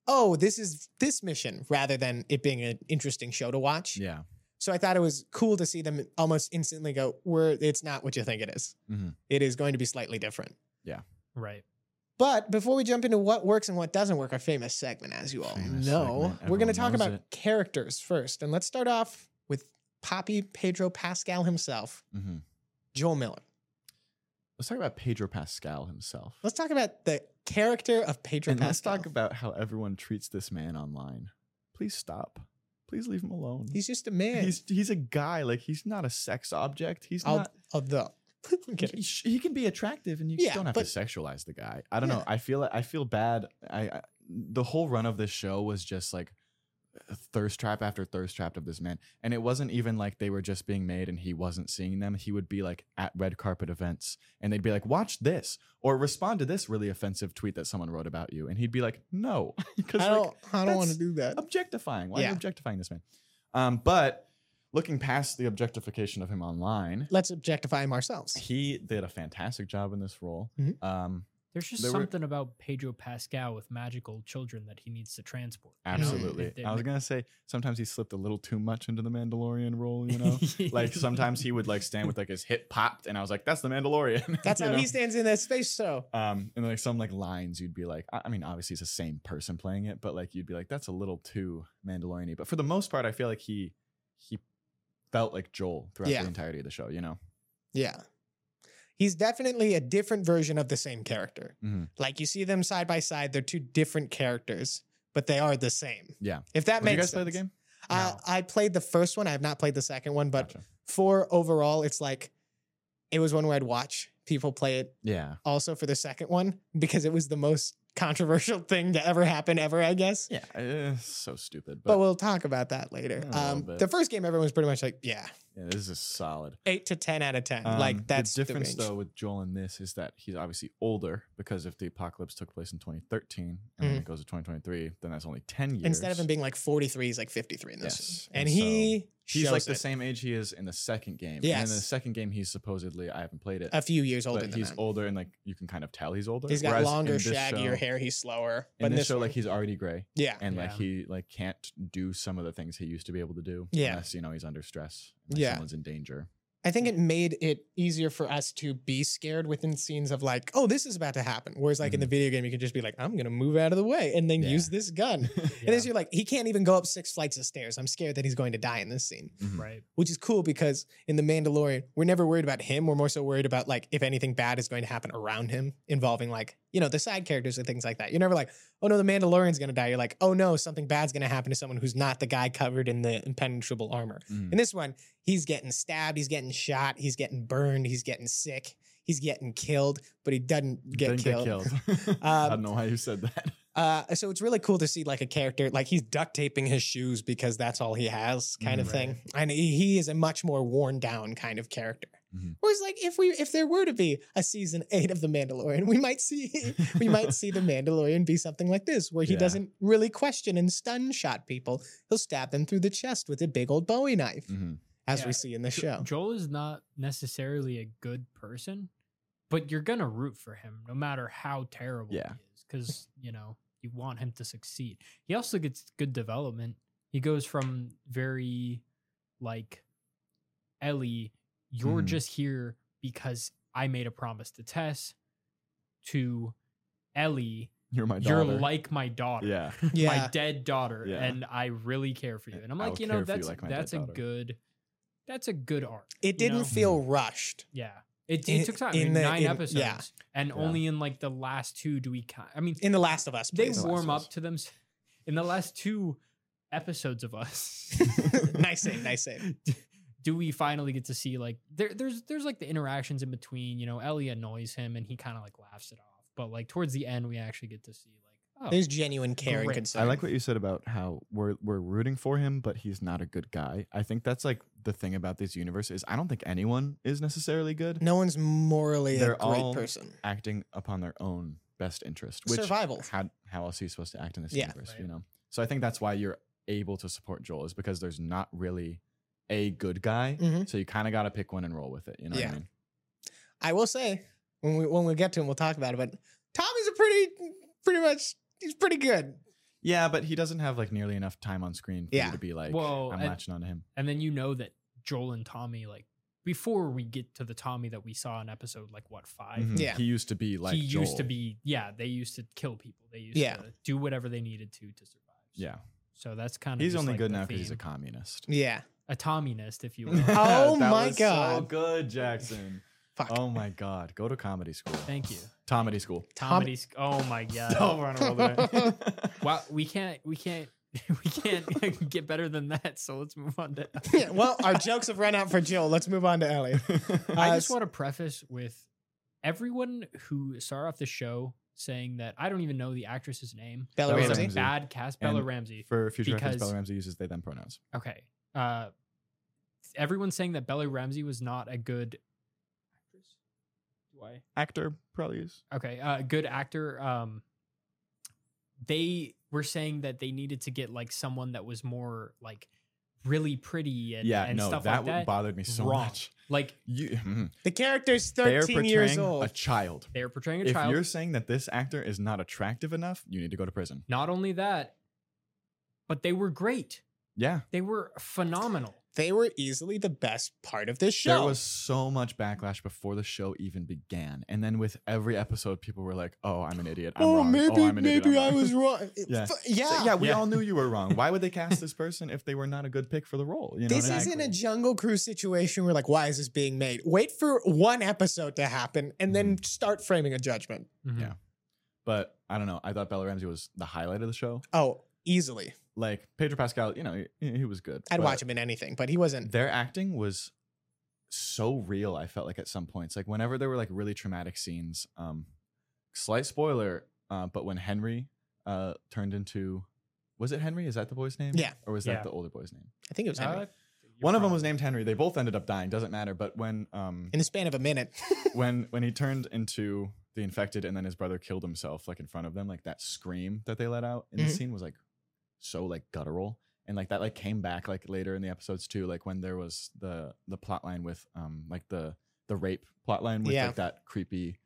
S1: oh, this is this mission rather than it being an interesting show to watch.
S2: Yeah.
S1: So I thought it was cool to see them almost instantly go, we're, it's not what you think it is.
S2: Mhm.
S1: It is going to be slightly different.
S3: Right.
S1: But before we jump into what works and what doesn't work, our famous segment, as you all
S2: Famous
S1: know,
S2: segment.
S1: we're going to
S2: Everyone
S1: talk
S2: knows
S1: about
S2: it.
S1: characters first. And let's start off with Poppy Pedro Pascal himself,
S2: Mm-hmm.
S1: Joel Miller.
S2: Let's talk about Pedro Pascal himself.
S1: Let's talk about the character of Pedro
S2: and let's
S1: Pascal.
S2: talk about how everyone treats this man online. Please stop. Please leave him alone.
S1: he's just a man.
S2: he's, he's a guy. Like he's not a sex object. He's
S1: Al-
S2: not. <laughs>
S1: although I'm kidding. <laughs>
S2: He, sh- he can be attractive, and you
S1: Yeah,
S2: don't have
S1: but-
S2: to sexualize the guy. I don't
S1: Yeah.
S2: know. I feel I feel bad. I, I the whole run of this show was just like thirst trap after thirst trap of this man, and it wasn't even like they were just being made and he wasn't seeing them. He would be like at red carpet events, and they'd be like, "Watch this," or respond to this really offensive tweet that someone wrote about you, and he'd be like,
S1: <laughs>
S2: "No," because
S1: I don't I don't want to
S2: that's-
S1: do that.
S2: objectifying. Why are
S1: Yeah.
S2: you objectifying this man? Um, but looking past the objectification of him online,
S1: Let's objectify him
S2: <laughs>
S1: ourselves.
S2: he did a fantastic job in this role.
S1: Mhm.
S2: Um,
S3: There's just
S2: There were-
S3: something about Pedro Pascal with magical children that he needs to transport. you know?
S2: absolutely.
S3: It- it
S2: I was
S3: ma-
S2: gonna say sometimes he slipped a little too much into the Mandalorian role. You
S1: <laughs>
S2: know,
S3: <laughs>
S2: like sometimes he would like stand with like his hip popped, and I was like, "That's the Mandalorian." <laughs>
S1: That's
S2: you
S1: how
S2: know?
S1: he stands in that space show.
S2: Um, and like some like lines, you'd be like, I I mean, obviously it's the same person playing it, but like you'd be like, that's a little too Mandalorian. But for the most part, I feel like he he felt like Joel throughout
S1: Yeah.
S2: the entirety of the show. You know,
S1: Yeah. He's definitely a different version of the same character.
S2: Mhm.
S1: Like you see them side by side, they're two different characters, but they are the same.
S2: Yeah.
S1: If that
S2: Did
S1: makes
S2: you guys
S1: sense.
S2: play the game?
S1: Uh,
S3: No.
S1: I played the first one. I have not played the second one, but
S2: Gotcha.
S1: for overall, it's like it was one where I'd watch people play it
S2: yeah,
S1: also for the second one because it was the most controversial <laughs> thing to ever happen ever, I guess.
S2: yeah, it's Eh, so stupid,
S1: But,
S2: but,
S1: we'll talk about that later.
S2: Yeah, a little
S1: Um,
S2: bit.
S1: the first game, everyone was pretty much like, yeah,
S2: yeah, this is solid.
S1: eight to ten out of ten.
S2: Um,
S1: like that's
S2: the difference
S1: range.
S2: though with Joel in this is that he's obviously older because if the apocalypse took place in 2013 and then
S1: Mhm.
S2: it goes to 2023, then that's only 10 years.
S1: Instead of him being like forty three, he's like fifty three in this.
S2: Yes,
S1: one. And,
S2: and
S1: he
S2: he's like the
S1: same,
S2: same age he is in the second game. And in the
S1: Yes.
S2: second game, he's supposedly I haven't played it.
S1: a few years older
S2: but
S1: than
S2: he's
S1: that.
S2: older and like you can kind of tell he's older.
S1: He's got
S2: Whereas
S1: longer,
S2: in this
S1: shaggier
S2: show-
S1: hair. He's slower. But
S2: In this, show,
S1: one-
S2: like he's already gray
S1: yeah,
S2: and like
S3: Yeah.
S2: he like can't do some of the things he used to be able to do.
S1: Yeah.
S2: Unless, you know, he's under stress. Unless
S1: Yeah.
S2: Someone's in danger.
S1: I think it made it easier for us to be scared within scenes of like, oh, this is about to happen. Whereas like in the video game, you can just be like, I'm gonna move out of the way and then
S2: <laughs> Mm-hmm. Yeah.
S1: use this gun.
S3: Yeah,
S1: And as you're like, he can't even go up six flights of stairs. I'm scared that he's going to die in this scene,
S2: Mhm.
S3: right.
S1: which is cool because in The Mandalorian, we're never worried about him. We're more so worried about like if anything bad is going to happen around him, involving like, you know, the side characters and things like that. You're never like, oh no, the Mandalorian's going to die. You're like, oh no, something bad's going to happen to someone who's not the guy covered in the impenetrable armor.
S2: Mhm.
S1: In this one, he's getting stabbed, he's getting shot, he's getting burned, he's getting sick, he's getting killed, but he doesn't get
S2: Didn't
S1: killed.
S2: killed. <laughs> I
S1: Um,
S2: don't know why you said that.
S1: Uh, so it's really cool to see like a character like he's duct taping his shoes because that's all he has, kind of
S3: Mhm.
S1: thing. And he he is a much more worn down kind of character.
S3: Mm-hmm.
S2: Mhm.
S1: Whereas like if we if there were to be a season eight of The Mandalorian, we might see <laughs> <laughs> we
S2: <laughs>
S1: might see The Mandalorian be something like this, where he
S2: Yeah.
S1: doesn't really question and stun shot people. He'll stab them through the chest with a big old Bowie knife,
S2: Mhm.
S1: as
S3: Yeah.
S1: we see in the
S3: Jo-
S1: show.
S3: Joel is not necessarily a good person, but you're gonna root for him no matter how terrible
S2: Yeah.
S3: he is, because you know you want him to succeed. He also gets good development. He goes from very like Ellie, you're
S2: Mhm.
S3: just here because I made a promise to Tess, to Ellie,
S2: You're my
S3: you're
S2: daughter.
S3: <laughs> like my
S1: <laughs>
S3: daughter
S2: Yeah.
S1: Yeah.
S3: my dead daughter
S2: Yeah.
S3: and I really care for you. And I'm
S2: I
S3: like,
S2: will
S3: you know,
S2: care for you
S3: that's
S2: like my dead
S3: that's a
S2: daughter.
S3: good that's a good arc.
S1: It
S3: you
S1: didn't
S3: know?
S1: feel rushed.
S3: Yeah. It,
S1: in-
S3: it took time.
S1: in
S3: In
S1: the-
S3: nine
S1: in- yeah.
S3: episodes. And
S2: Yeah.
S3: only in like the last two do we ki- I mean
S1: In The Last of Us,
S3: they
S1: please.
S2: The Last
S3: warm
S2: of Us.
S3: up to them in the last two episodes of us.
S1: <laughs> nice save,
S3: <laughs>
S1: nice save.
S3: do we finally get to see like there there's there's like the interactions in between, you know, Ellie annoys him and he kind of like laughs it off. But like towards the end we actually get to see like oh
S1: There's genuine care and
S3: Great.
S1: concern.
S2: I like what you said about how we're we're rooting for him, but he's not a good guy. I think that's like the thing about this universe is I don't think anyone is necessarily good.
S1: no one's morally a
S2: They're
S1: great
S2: all
S1: person.
S2: Acting upon their own best interest, which
S1: Survival.
S2: How how else are you supposed to act in this
S1: Yeah.
S2: universe?
S3: Right.
S2: You know. So I think that's why you're able to support Joel is because there's not really a good guy.
S1: Mhm.
S2: So you kind of got to pick one and roll with it. You know
S1: Yeah.
S2: what I mean?
S1: I will say when we when we get to him, we'll talk about it. But Tommy's a pretty pretty much he's pretty good.
S2: Yeah, but he doesn't have like nearly enough time on screen for
S1: Yeah.
S2: you to be like,
S3: Well,
S2: I'm
S3: and-
S2: latching on to him.
S3: and then you know that Joel and Tommy like before we get to the Tommy that we saw in episode like what 5
S2: Mhm.
S1: Yeah.
S2: He used to be like
S3: he used to
S2: Joel.
S3: be yeah they used to kill people they used
S1: Yeah.
S3: to do whatever they needed to to survive
S2: Yeah.
S3: so that's kind of
S2: He's only good now because he's a communist. <laughs>
S3: <laughs>
S1: Yeah.
S3: a communist if you will
S1: Oh
S2: That
S1: my
S2: was So
S1: God.
S2: good, <laughs> Jackson.
S1: Fuck.
S2: Oh my God. Go to comedy school.
S3: thank you
S2: Comedy school.
S1: Tom-
S3: comedy sc- oh
S2: <laughs>
S3: my god
S2: Oh, we're on a roll today.
S3: wow we can't we can't <laughs> we
S2: <laughs>
S3: can't get better than that so let's move on to
S1: <laughs> Yeah, well, our jokes have run out for Jill. Let's move on to
S2: <laughs>
S1: Ellie.
S3: I
S1: Uh,
S3: just want to preface with everyone who started off the show saying that I don't even know the actress's name.
S1: Bella
S3: It was
S1: Ramsey.
S3: a bad cast. Bella
S2: And-
S3: Ramsey.
S2: For future reference,
S3: Because-
S2: Bella Ramsey uses they them pronouns.
S3: Okay. Uh, everyone's saying that Bella Ramsey was not a good actress. Why?
S2: Actor probably is.
S3: Okay, uh, good actor. Um, they were saying that they needed to get like someone that was more like really pretty and,
S2: Yeah,
S3: and
S2: no,
S3: stuff
S2: that,
S3: like that.
S2: bothered me so
S3: Wrong.
S2: much.
S3: like
S2: You, <laughs> mm.
S1: The character's
S2: They are
S1: 13 years
S2: portraying a
S1: old.
S2: child.
S3: they were portraying a
S2: If
S3: child.
S2: you're saying that this actor is not attractive enough, you need to go to prison.
S3: Not only that, but they were great.
S2: Yeah.
S3: They were phenomenal.
S1: They were easily the best part of this show.
S2: There was so much backlash before the show even began. And then with every episode, people were like, oh, I'm an idiot. I'm
S1: oh,
S2: wrong.
S1: maybe,
S2: oh, I'm an idiot.
S1: maybe
S2: I'm
S1: I
S2: wrong."
S1: was wrong.
S2: <laughs> Yeah.
S1: F- yeah.
S2: So, yeah, we
S3: Yeah.
S2: all knew you were wrong. Why
S3: <laughs>
S2: would they cast this person if they were not a good pick for the role? You know
S1: this
S2: what I mean?
S1: isn't a
S3: Exactly.
S1: Jungle Cruise situation where, like, why is this being made? Wait for one episode to happen and
S2: Mm-hmm.
S1: then start framing a judgment.
S2: Yeah. But I don't know. I thought Bella Ramsey was the highlight of the show.
S1: Oh, easily.
S2: Like Pedro Pascal, you know, he, he was good.
S1: I'd
S2: but
S1: watch him in anything, but he wasn't.
S2: Their acting was so real. I felt like at some points, like whenever there were like really traumatic scenes. Um, slight spoiler, uh, but when Henry uh turned into, was it Henry? Is that the boy's name?
S1: Yeah.
S2: Or was
S3: Yeah.
S2: that the older boy's name?
S1: I think it was Henry.
S2: One of them was named Henry. They both ended up dying. Doesn't matter. But when um
S1: in the span of a <laughs> minute.
S2: when when he turned into the infected and then his brother killed himself like in front of them like that scream that they let out in the
S1: Mhm.
S2: scene was like so like guttural and like that like came back like later in the episodes too like when there was the the plot line with um like the the rape plot line with
S1: Yeah.
S2: like that creepy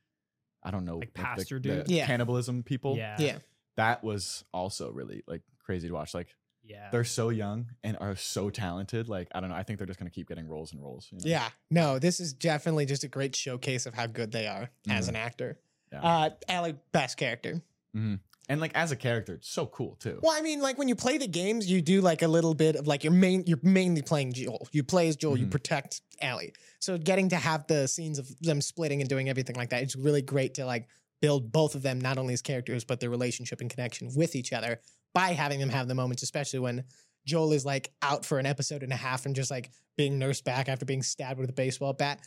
S2: i don't know
S3: Like
S2: the-
S3: pastor
S2: the
S3: dude?
S1: Yeah.
S2: cannibalism people
S3: Yeah.
S1: yeah.
S2: that was also really like crazy to watch like
S3: Yeah.
S2: they're so young and are so talented like i don't know i think they're just gonna keep getting roles and roles you know?
S1: Yeah. No, this is definitely just a great showcase of how good they are as
S2: Mhm.
S1: an actor.
S2: Yeah.
S1: Uh, Alec, best character.
S2: and like as a character it's so cool too
S1: Well, I mean, like when you play the games, you do like a little bit of like you're main. You're mainly playing Joel. You play as Joel. You
S2: Mhm.
S1: protect Ellie. So getting to have the scenes of them splitting and doing everything like that, it's really great to like build both of them, not only as characters but their relationship and connection with each other by having them have the moments, especially when Joel is like out for an episode and a half and just like being nursed back after being stabbed with a baseball bat.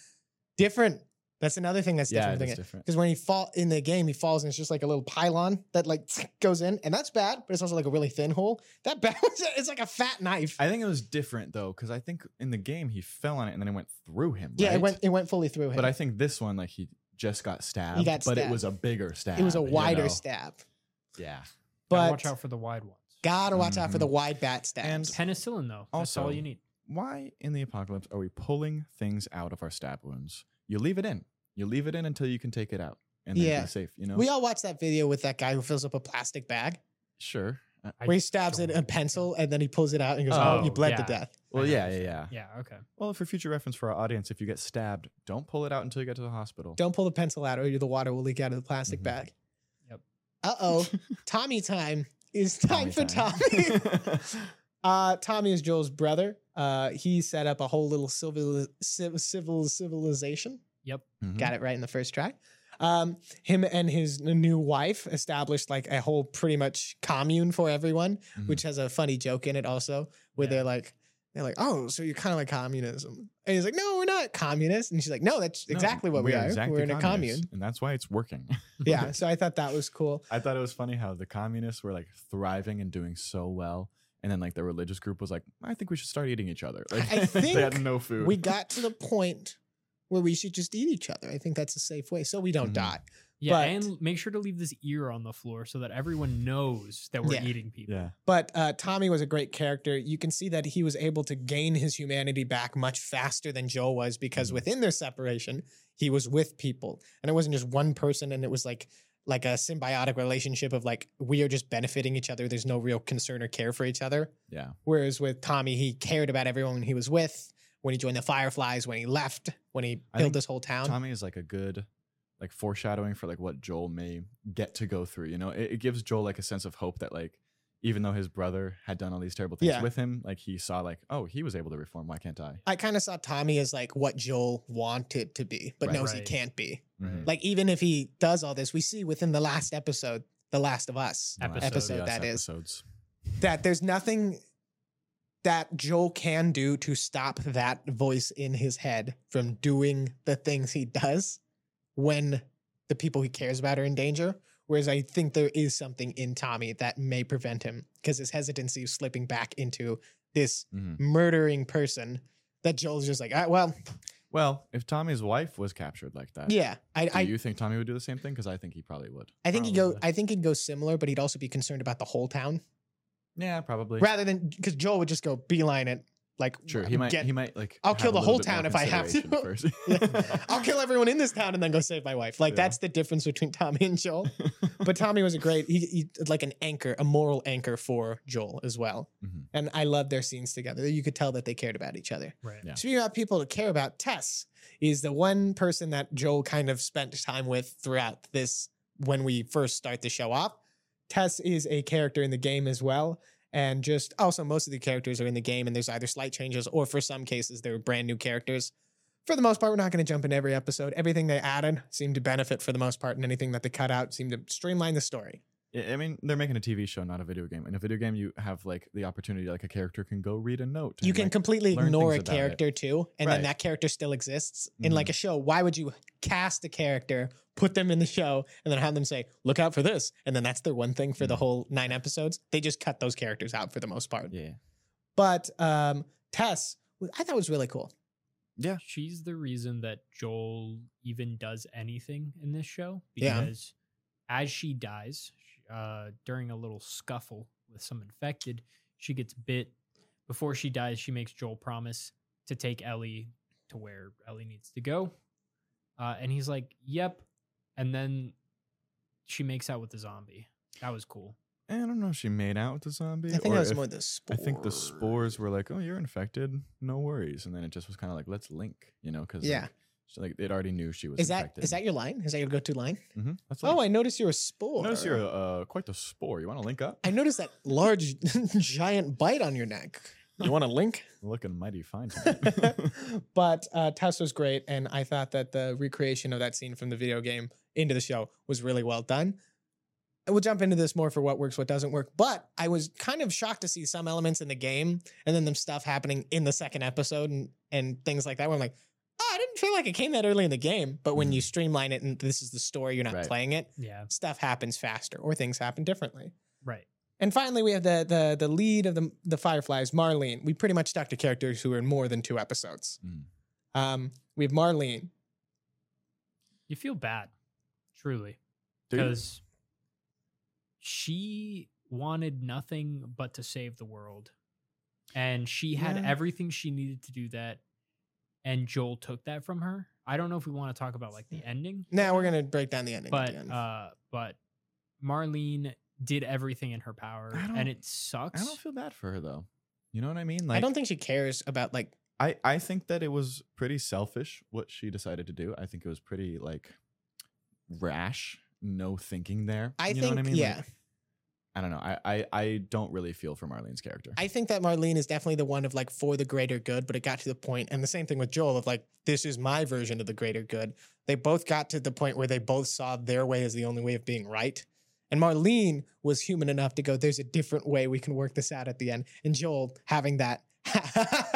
S1: Different. That's another thing that's
S2: yeah
S1: different.
S2: it's
S1: than it-
S2: different
S1: because when he fall in the game, he falls and it's just like a little pylon that like goes in, and that's bad. But it's also like a really thin hole. That bad, <laughs> it's like a fat knife.
S2: I think it was different though, because I think in the game he fell on it and then it went through him.
S1: yeah,
S2: right?
S1: it went it went fully through him.
S2: But I think this one, like he just got stabbed.
S1: got
S2: but
S1: stabbed.
S2: it was a bigger stab.
S1: it was a
S2: you
S1: wider
S2: know?
S1: stab.
S2: Yeah.
S3: Gotta
S1: But
S3: watch out for the wide ones.
S1: for the
S2: Mhm.
S1: wide bat stabs.
S3: Penicillin though. That's all
S2: Also-
S3: you need.
S2: Why in the apocalypse are we pulling things out of our stab wounds? You leave it in. You leave it in until you can take it out and then
S1: Yeah.
S2: be safe. You know.
S1: we all watched that video with that guy who fills up a plastic bag
S2: sure. Uh,
S3: I
S1: where he stabs it
S3: don't
S1: in a pencil and then he pulls it out and goes, "Oh,
S3: Oh,
S1: you bled to
S3: yeah.
S1: death."
S2: well,
S3: I
S2: yeah, yeah,
S3: understand.
S2: yeah.
S3: Yeah. Okay.
S2: Well, for future reference for our audience, if you get stabbed, don't pull it out until you get to the hospital.
S1: Don't pull the pencil out, or the water will leak out of the plastic
S2: Mhm.
S1: bag.
S3: Yep.
S1: Uh oh, Tommy time is time for
S2: <laughs>
S1: Tommy. Uh, Tommy is Joel's brother. Uh, he set up a whole little civil, civ- civil civilization.
S3: Yep.
S2: Mhm.
S1: Got it right in the first try. Um, him and his n- new wife established like a whole pretty much commune for everyone,
S2: Mhm.
S1: which has a funny joke in it also, where
S3: Yeah.
S1: they're like, they're like, oh, so you're kind of like communism, and he's like, no, we're not communists, and she's like, no, that's
S2: No,
S1: exactly what we, are.
S2: exactly
S1: we're in a
S2: communists,
S1: commune.
S2: and that's why it's working.
S1: yeah, so I thought that was cool.
S2: I thought it was funny how the communists were like thriving and doing so well, and then like the religious group was like, "I think we should start eating each other." Like,
S1: I
S2: <laughs> they had
S1: think
S2: no food.
S1: We got to the point where we should just eat each other. I think that's a safe way, so we don't
S2: Mhm.
S1: die.
S3: Yeah,
S1: But-
S3: and make sure to leave this ear on the floor so that everyone knows that we're
S1: Yeah.
S3: eating people.
S2: yeah,
S1: But uh, Tommy was a great character. You can see that he was able to gain his humanity back much faster than Joel was because
S2: Mhm.
S1: within their separation, he was with people, and it wasn't just one person. And it was like like a symbiotic relationship of like we are just benefiting each other. There's no real concern or care for each other.
S2: yeah.
S1: Whereas with Tommy, he cared about everyone he was with. When he joined the Fireflies, when he left, when he
S2: I
S1: built
S2: think
S1: this whole town.
S2: Tommy is like a good like foreshadowing for like what Joel may get to go through. You know, it, it gives Joel like a sense of hope that like even though his brother had done all these terrible things
S1: Yeah.
S2: with him, like he saw like, oh, he was able to reform. Why can't I?
S1: I kind of saw Tommy as like what Joel wanted to be, but
S2: Right.
S1: knows he
S3: Right.
S1: can't be.
S2: Mhm.
S1: Like even if he does all this, we see within the last episode, The Last of Us,
S2: The last
S1: Episode,
S2: Us
S1: that is.
S2: episodes.
S1: that there's nothing that Joel can do to stop that voice in his head from doing the things he does when the people he cares about are in danger. Whereas I think there is something in Tommy that may prevent him because his hesitancy of slipping back into this
S2: Mhm.
S1: murdering person that Joel's just like, ah, well,
S2: Well, if Tommy's wife was captured like that,
S1: yeah, I,
S2: do
S1: I,
S2: you think Tommy would do the same thing? Because I think he probably would.
S1: I think he'd go.
S3: Probably.
S1: I think he'd go similar, but he'd also be concerned about the whole town
S2: Yeah, probably.
S1: rather than because Joel would just go beeline it. Like
S2: Sure, he
S1: <laughs>
S2: might. <laughs>
S1: get-
S2: he might like.
S1: I'll
S2: have
S1: kill
S2: a
S1: the
S2: little
S1: whole
S2: bit more
S1: town if I have to.
S2: consideration first.
S1: I'll kill everyone in this town and then go save my wife. Like
S2: Yeah.
S1: that's the difference between Tommy and
S2: <laughs>
S1: Joel. But Tommy was a great, he, he like an anchor, a moral anchor for Joel as well.
S2: Mhm.
S1: And I love their scenes together. You could tell that they cared about each other.
S3: Right.
S2: Yeah.
S1: Speaking about people to care about, Tess is the one person that Joel kind of spent time with throughout this when we first start the show off. Tess is a character in the game as well. And just also, most of the characters are in the game, and there's either slight changes or for some cases, they're brand new characters. For the most part, we're not going to jump into every episode. Everything they added seemed to benefit for the most part, and anything that they cut out seemed to streamline the story.
S2: <laughs>
S1: <laughs>
S2: Yeah, I mean, they're making a TV show, not a video game. In a video game, you have like the opportunity, like a character can go read a note.
S1: you
S2: and,
S1: can
S2: like,
S1: completely
S2: learn
S1: ignore a
S2: things about it.
S1: character too and then
S2: Right. Mm-hmm.
S1: that character still exists in like a show why would you cast a character put them in the show and then have them say look out for this and then that's their one thing for the
S2: Mhm.
S1: whole nine episodes they just cut those characters out for the most part
S2: yeah,
S1: but um tess i thought was really cool
S2: yeah,
S3: She's the reason that Joel even does anything in this show
S1: Yeah.
S3: because as she dies uh, during a little scuffle with some infected, she gets bit. Before she dies, she makes Joel promise to take Ellie to where Ellie needs to go. Uh, and he's like, yep. And then she makes out with the zombie. That was cool.
S2: And I don't know if she made out with the zombie.
S1: i think
S2: or
S1: it was
S2: if-
S1: more the spore.
S2: I think the spores were like, oh, you're infected, no worries, and then it just was kind of like, let's link, you know, because
S1: Yeah.
S2: like, she, like it already knew she was.
S1: is that
S2: infected.
S1: is that your line is that your go-to line
S2: Mm-hmm. That's
S1: oh
S2: like,
S1: i noticed you're a spore
S2: notice you're uh, quite the spore. You want to link up?
S1: i noticed that large <laughs> giant bite on your neck you want a link
S2: Looking mighty
S1: <laughs>
S2: fine. tonight.
S1: but uh, Tess was great, and I thought that the recreation of that scene from the video game into the show was really well done. We'll jump into this more for what works, what doesn't work, but I was kind of shocked to see some elements in the game and then them stuff happening in the second episode and, and things like that. Where I'm like, oh, I didn't feel like it came that early in the game, but when you streamline it and this is the story, you're not
S2: Right.
S1: playing it,
S3: Yeah.
S1: stuff happens faster or things happen differently.
S3: Right.
S1: And finally, we have the the the lead of the the Fireflies, Marlene. We pretty much stuck to characters who are in more than two episodes.
S2: Mm.
S1: Um, we have Marlene.
S3: You feel bad, truly. <laughs>
S2: Do you?
S3: because she wanted nothing but to save the world and she had
S2: Yeah.
S3: everything she needed to do that and joel took that from her i don't know if we want to talk about like the ending
S1: Now we're gonna break down the ending. at
S3: but
S1: the end.
S3: uh but marlene did everything in her power
S2: I don't-
S3: and it
S2: I
S3: sucks
S2: don't feel bad for her though. You know what I mean?
S1: I don't think she cares about like
S2: I, I think that it was pretty selfish what she decided to do. I think it was pretty like rash, no thinking there.
S1: I
S2: you know
S1: think
S2: what I mean? Like,
S1: yeah.
S2: I don't know. I, I, I don't really feel for Marlene's character.
S1: I think that Marlene is definitely the one of like for the greater good, but it got to the point, and the same thing with Joel of like, this is my version of the greater good. They both got to the point where they both saw their way as the only way of being right. And Marlene was human enough to go, there's a different way we can work this out at the end. And Joel having that. <laughs>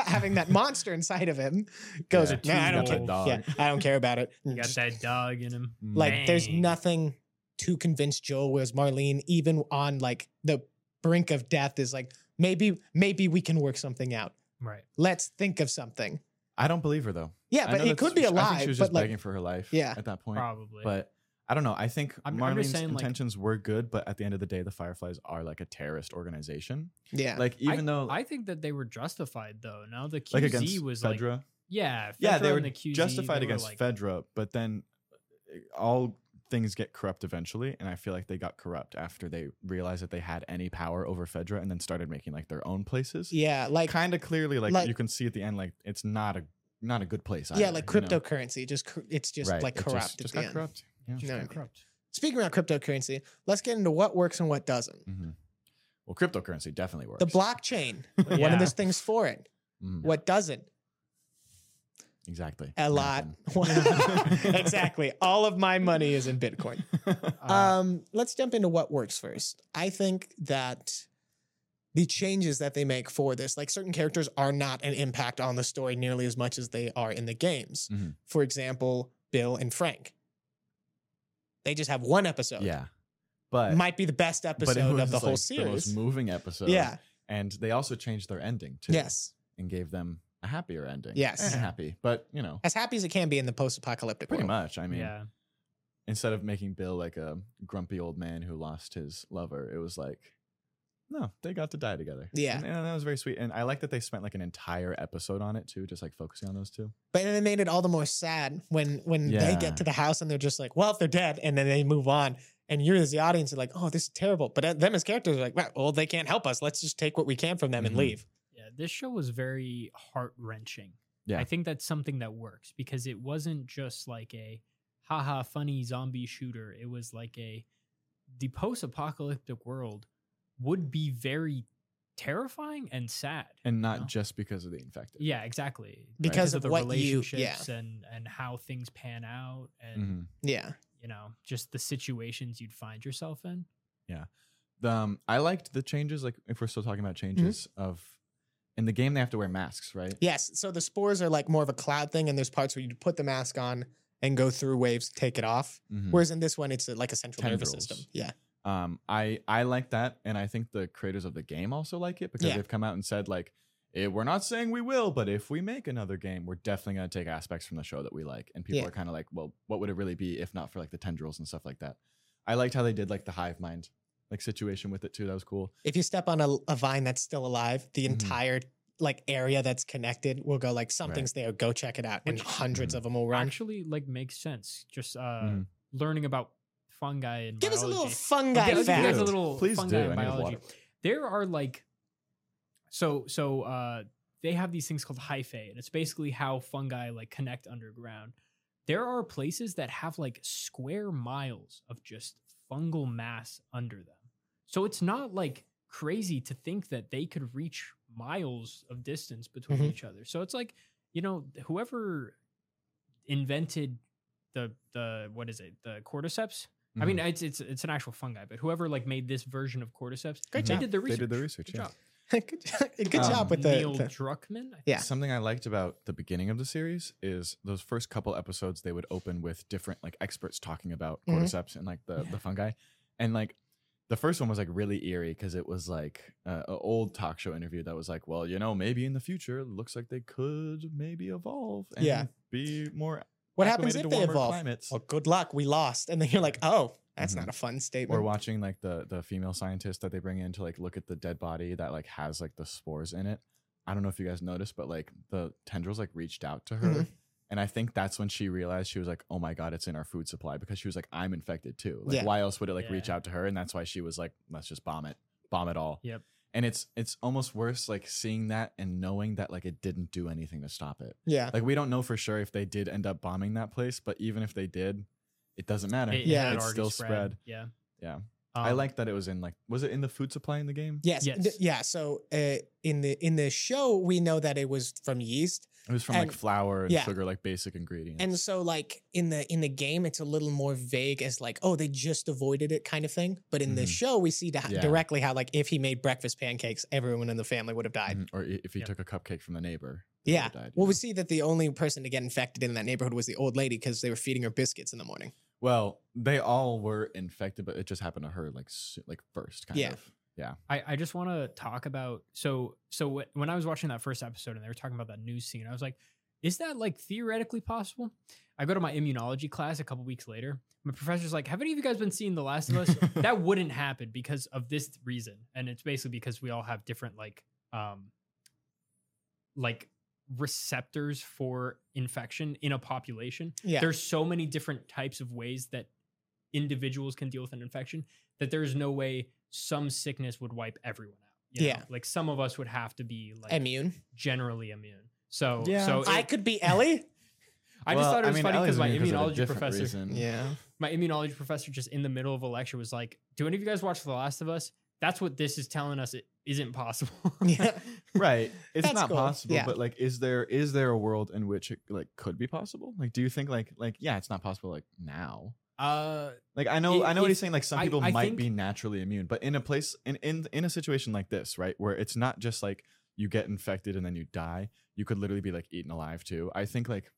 S1: having that monster inside of him goes,
S2: Yeah,
S1: no, I don't
S2: got
S1: care.
S2: that dog.
S1: Yeah, I don't care about
S2: <laughs>
S1: it.
S3: He got that dog in him.
S2: Mm.
S1: Like there's
S3: Dang.
S1: nothing to convince Joel, whereas Marlene, even on like the brink of death, is like, maybe, maybe we can work something out.
S3: Right.
S1: Let's think of something.
S2: I don't believe her though.
S1: Yeah,
S2: I
S1: but
S2: know
S1: it
S2: that's-
S1: could be
S2: I think
S1: alive.
S2: she was
S1: but
S2: just
S1: like,
S2: begging for her life.
S1: Yeah.
S2: at that point.
S3: Probably.
S2: But I don't know. I think
S3: I'm- I'm just
S2: Marlene's
S3: saying, like-
S2: intentions were good, but at the end of the day, the Fireflies are like a terrorist organization.
S1: yeah,
S2: Like even though
S3: I think that they were justified though. No, the QZ
S2: like against
S3: was like
S2: Fedra,
S3: yeah,
S2: yeah,
S3: Fedra
S2: they were
S3: and the QZ,
S2: justified
S3: they were
S2: against
S3: like,
S2: Fedra, but then uh, all things get corrupt eventually, and I feel like they got corrupt after they realized that they had any power over Fedra, and then started making like their own places.
S1: yeah, like
S2: kind of clearly, like,
S1: like-
S2: you can see at the end, like it's not a not a good place.
S1: yeah,
S2: either,
S1: like
S2: you know?
S1: cryptocurrency. Just cr- it's just
S2: Right,
S1: like
S2: it just-
S1: corrupt
S2: Just,
S1: at the
S2: got
S1: end.
S2: corrupt. Yeah.
S3: just
S1: No,
S3: got
S1: I mean-
S2: <laughs>
S3: corrupt.
S1: Speaking about cryptocurrency, let's get into what works and what doesn't.
S2: Mhm. Well, cryptocurrency definitely works.
S1: The blockchain. One
S3: Yeah.
S1: of those things for it.
S2: Mm,
S1: What doesn't?
S2: exactly.
S1: A
S2: <laughs>
S1: lot. <laughs>
S2: Nothing. <laughs>
S1: exactly. All of my money is in Bitcoin.
S2: Nothing.
S3: Uh,
S1: um, let's jump into what works first. I think that the changes that they make for this, like certain characters are not an impact on the story nearly as much as they are in the games.
S2: Mhm.
S1: For example, Bill and Frank. They just have one episode.
S2: yeah, but
S1: Might be the best
S2: but it
S1: episode
S2: was
S1: of the whole
S2: like the
S1: series.
S2: most moving episode.
S1: yeah.
S2: and they also changed their ending too.
S1: Yes.
S2: and gave them a happier ending.
S1: Yes.
S2: Eh, happy, but you know,
S1: As happy as it can be in the post apocalyptic
S2: pretty
S1: world.
S2: much. I mean,
S3: yeah,
S2: instead of making Bill like a grumpy old man who lost his lover, it was like, no, they got to die together.
S1: Yeah.
S2: and, and that was very sweet. And I like that they spent like an entire episode on it too, just like focusing on those two.
S1: But then it made it all the more sad when when they
S2: Yeah.
S1: get to the house and they're just like, well, if they're dead, and then they move on. And you're as the audience are like, oh, this is terrible. But uh, them as characters are like, "Wow, well, they can't help us. Let's just take what we can from them and
S2: Mhm.
S1: leave.
S3: yeah. This show was very heart wrenching.
S2: Yeah.
S3: I think that's something that works because it wasn't just like a haha funny zombie shooter. It was like a the post apocalyptic world would be very terrifying and sad.
S2: And not
S1: Oh.
S3: No.
S2: just because of the infected.
S3: yeah, exactly.
S1: Because of
S3: the
S1: what you- yeah.
S3: relationships and and how things pan out and
S2: Mhm.
S1: Yeah.
S3: you know, just the situations you'd find yourself in.
S2: The, um, I liked the changes. Like, if we're still talking about changes
S1: Mm-hmm.
S2: of in the game, they have to wear masks, right?
S1: Yes. So the spores are like more of a cloud thing, and there's parts where you put the mask on and go through waves, take it off.
S2: Mhm.
S1: Whereas in this one, it's uh, like a central nervous
S2: Tendrils.
S1: system. Yeah.
S2: um i i like that and i think the creators of the game also like it because
S1: Yeah.
S2: they've come out and said like eh, we're not saying we will but if we make another game we're definitely going to take aspects from the show that we like and people
S1: Yeah.
S2: are kind of like well what would it really be if not for like the tendrils and stuff like that i liked how they did like the hive mind like situation with it too that was cool
S1: If you step on a, a vine that's still alive, the
S2: Mhm.
S1: entire like area that's connected will go like something's there. Go check it out, and
S3: Which-
S1: hundreds
S2: Mhm.
S1: of them will run.
S3: Actually, like makes sense. Just uh,
S2: Mhm.
S3: learning about fungi and
S1: Give us a little
S3: biology.
S1: fungi
S3: Give us- give us
S1: fact.
S3: a little
S2: Please
S3: fungi
S2: do.
S3: and
S2: I need a
S3: biology.
S2: water.
S3: There are like, so so uh, they have these things called hyphae, and it's basically how fungi like connect underground. There are places that have like square miles of just fungal mass under them. So it's not like crazy to think that they could reach miles of distance between
S1: Mhm.
S3: each other. So it's like, you know, whoever invented the the what is it? The cordyceps? I mean, it's it's it's an actual fungi, but whoever like made this version of cordyceps,
S1: Great
S3: they
S1: job.
S3: did the
S2: they
S3: research.
S2: did the research
S3: Good
S2: yeah.
S3: job.
S1: <laughs> good job, good
S2: Um,
S1: job with the,
S3: Neil
S1: the-
S3: Druckmann. I
S1: Yeah.
S2: Something I liked about the beginning of the series is those first couple episodes they would open with different like experts talking about
S1: Mhm.
S2: cordyceps and like the,
S3: Yeah.
S2: the fungi. And like the first one was like really eerie because it was like uh, an old talk show interview that was like, well, you know, maybe in the future it looks like they could maybe evolve and
S1: Yeah.
S2: be more
S1: what happens
S2: acclimated
S1: if
S2: to
S1: they
S2: warmer
S1: evolve?
S2: climates.
S1: Well, good luck. We lost, and then you're like, oh, that's
S2: Mhm.
S1: not a fun
S2: We're
S1: statement.
S2: watching like the the female scientist that they bring in to like look at the dead body that like has like the spores in it. I don't know if you guys noticed, but like the tendrils like reached out to her.
S1: Mhm.
S2: And I think that's when she realized she was like, "Oh my god, it's in our food supply." Because she was like, "I'm infected too. Like,
S1: Yeah.
S2: why else would it like reach
S3: Yeah.
S2: out to her?" And that's why she was like, "Let's just bomb it, bomb it all."
S3: Yep.
S2: And it's it's almost worse like seeing that and knowing that like it didn't do anything to stop it.
S1: yeah,
S2: Like we don't know for sure if they did end up bombing that place, but even if they did, it doesn't matter.
S3: It- it
S1: Yeah.
S3: had
S2: it's
S3: already
S2: still spread.
S3: Yeah.
S2: Yeah. I
S3: Um,
S2: like that it was in like was it in the food supply in the game?
S1: Yes. th-
S3: Yes.
S1: yeah. So uh, in the in the show, we know that it was from yeast,
S2: It was from
S1: And-
S2: like flour and
S1: yeah.
S2: sugar, like basic ingredients.
S1: and so like in the in the game, it's a little more vague as like, oh, they just avoided it kind of thing. But in the
S2: Mhm.
S1: show, we see di-
S2: Yeah.
S1: directly how like if he made breakfast pancakes, everyone in the family would have died.
S2: Mhm. or i- if you
S3: Yep.
S2: took a cupcake from the neighbor. they
S1: Yeah.
S2: would've died,
S1: Well,
S2: yeah.
S1: we see that the only person to get infected in that neighborhood was the old lady because they were feeding her biscuits in the morning.
S2: Well, they all were infected, but it just happened to her like so- like first, kind
S1: Yeah.
S2: of.
S3: I, I just want to talk about so so wh- when I was watching that first episode and they were talking about that news scene, I was like, is that like theoretically possible? I go to my immunology class a couple weeks later. My professor's like, have any of you guys been seeing The Last of
S2: <laughs>
S3: Us? that wouldn't happen because of this reason, and it's basically because we all have different like um like receptors for infection in a population.
S1: Yeah.
S3: There's so many different types of ways that individuals can deal with an infection that there's no way some sickness would wipe everyone out. you know?
S1: Yeah.
S3: Like some of us would have to be like
S1: Immune.
S3: generally immune. So
S2: Yeah.
S3: so
S1: I
S3: it-
S1: could
S2: <laughs>
S1: be Ellie.
S3: I just
S2: Well,
S3: thought it was
S2: mean,
S3: funny
S2: Ellie's
S3: because my
S2: immune of a
S3: immunology
S2: different
S3: professor
S2: reason.
S1: <laughs>
S3: <laughs>
S1: Yeah.
S3: my immunology professor just in the middle of a lecture was like, Do any of you guys watch The Last of Us? That's what this is telling us it isn't possible.
S1: <laughs> Yeah.
S2: <laughs> right it's
S1: That's
S2: not
S1: cool.
S2: possible
S1: Yeah.
S2: but like is there is there a world in which it like could be possible like do you think like like yeah it's not possible like now
S3: <laughs> uh
S2: like i know
S3: I-
S2: i know what
S3: if-
S2: he's saying like some
S3: I-
S2: people
S3: I
S2: might
S3: think-
S2: be naturally immune but in a place in, in in a situation like this right where it's not just like you get infected and then you die you could literally be like eaten alive too i think like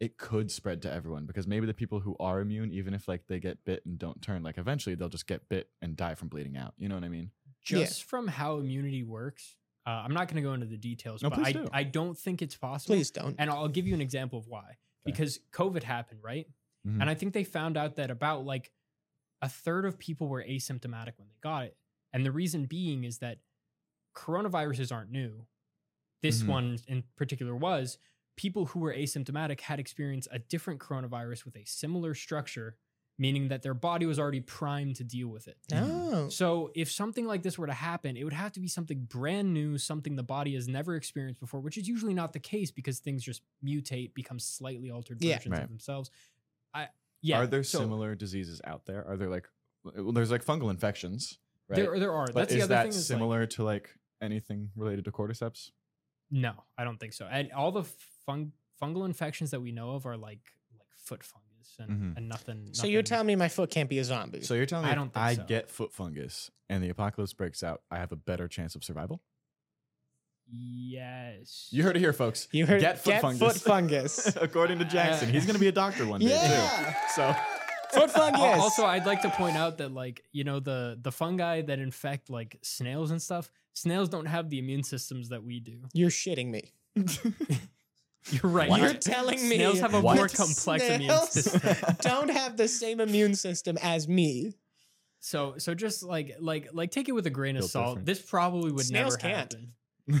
S2: it could spread to everyone because maybe the people who are immune even if like they get bit and don't turn like eventually they'll just get bit and die from bleeding out you know what i mean
S1: Yeah.
S3: just from how immunity works, uh, I'm not gonna go into the details,
S2: No,
S3: but
S2: please
S3: I,
S2: do.
S3: I don't think it's possible.
S1: Please don't.
S3: And I'll give you an example of why. Because COVID happened, right?
S2: Mhm.
S3: And I think they found out that about like a third of people were asymptomatic when they got it. And the reason being is that coronaviruses aren't new. This
S2: Mhm.
S3: one in particular was people who were asymptomatic had experienced a different coronavirus with a similar structure, meaning that their body was already primed to deal with it.
S1: No.
S3: So if something like this were to happen, it would have to be something brand new, something the body has never experienced before, which is usually not the case because things just mutate, become slightly altered
S1: Yeah.
S3: versions
S2: Right.
S3: of themselves. I yeah.
S2: Are there
S3: so
S2: similar diseases out there? Are there like well, there's like fungal infections, right?
S3: There, there are.
S2: but
S3: That's
S2: is
S3: the other
S2: that
S3: thing. is, like,
S2: similar to like anything related to cordyceps?
S3: no, I don't think so. And all the fung- fungal infections that we know of are like like foot fungus and,
S2: Mhm.
S3: and nothing.
S1: So you're
S3: nothing-
S1: telling me my foot can't be a zombie?
S2: So you're telling me
S3: I
S2: if
S3: don't think
S2: I
S3: so.
S2: get foot fungus and the apocalypse breaks out, I have a better chance of survival?
S3: Yes.
S2: You heard it here, folks.
S1: you heard
S2: get foot
S1: <laughs>
S2: fungus.
S1: fungus.
S2: <laughs> According to Jackson, he's gonna be a doctor one day
S1: Yeah.
S2: too. So
S1: <laughs> foot
S3: Al-
S1: fungus.
S3: Also, I'd like to point out that, like, you know, the the fungi that infect like snails and stuff. Snails don't have the immune systems that we do. <laughs>
S1: you're shitting me.
S3: You're right.
S2: What?
S1: You're telling me
S3: Snails have a
S2: What?
S3: more complex immune
S1: Snails?
S3: system.
S1: <laughs> don't have the same immune system as me.
S3: So, so just like, like, like, take it with a grain of
S2: Built
S3: salt.
S2: different.
S3: This probably would
S1: Snails
S3: never
S1: can't.
S3: happen.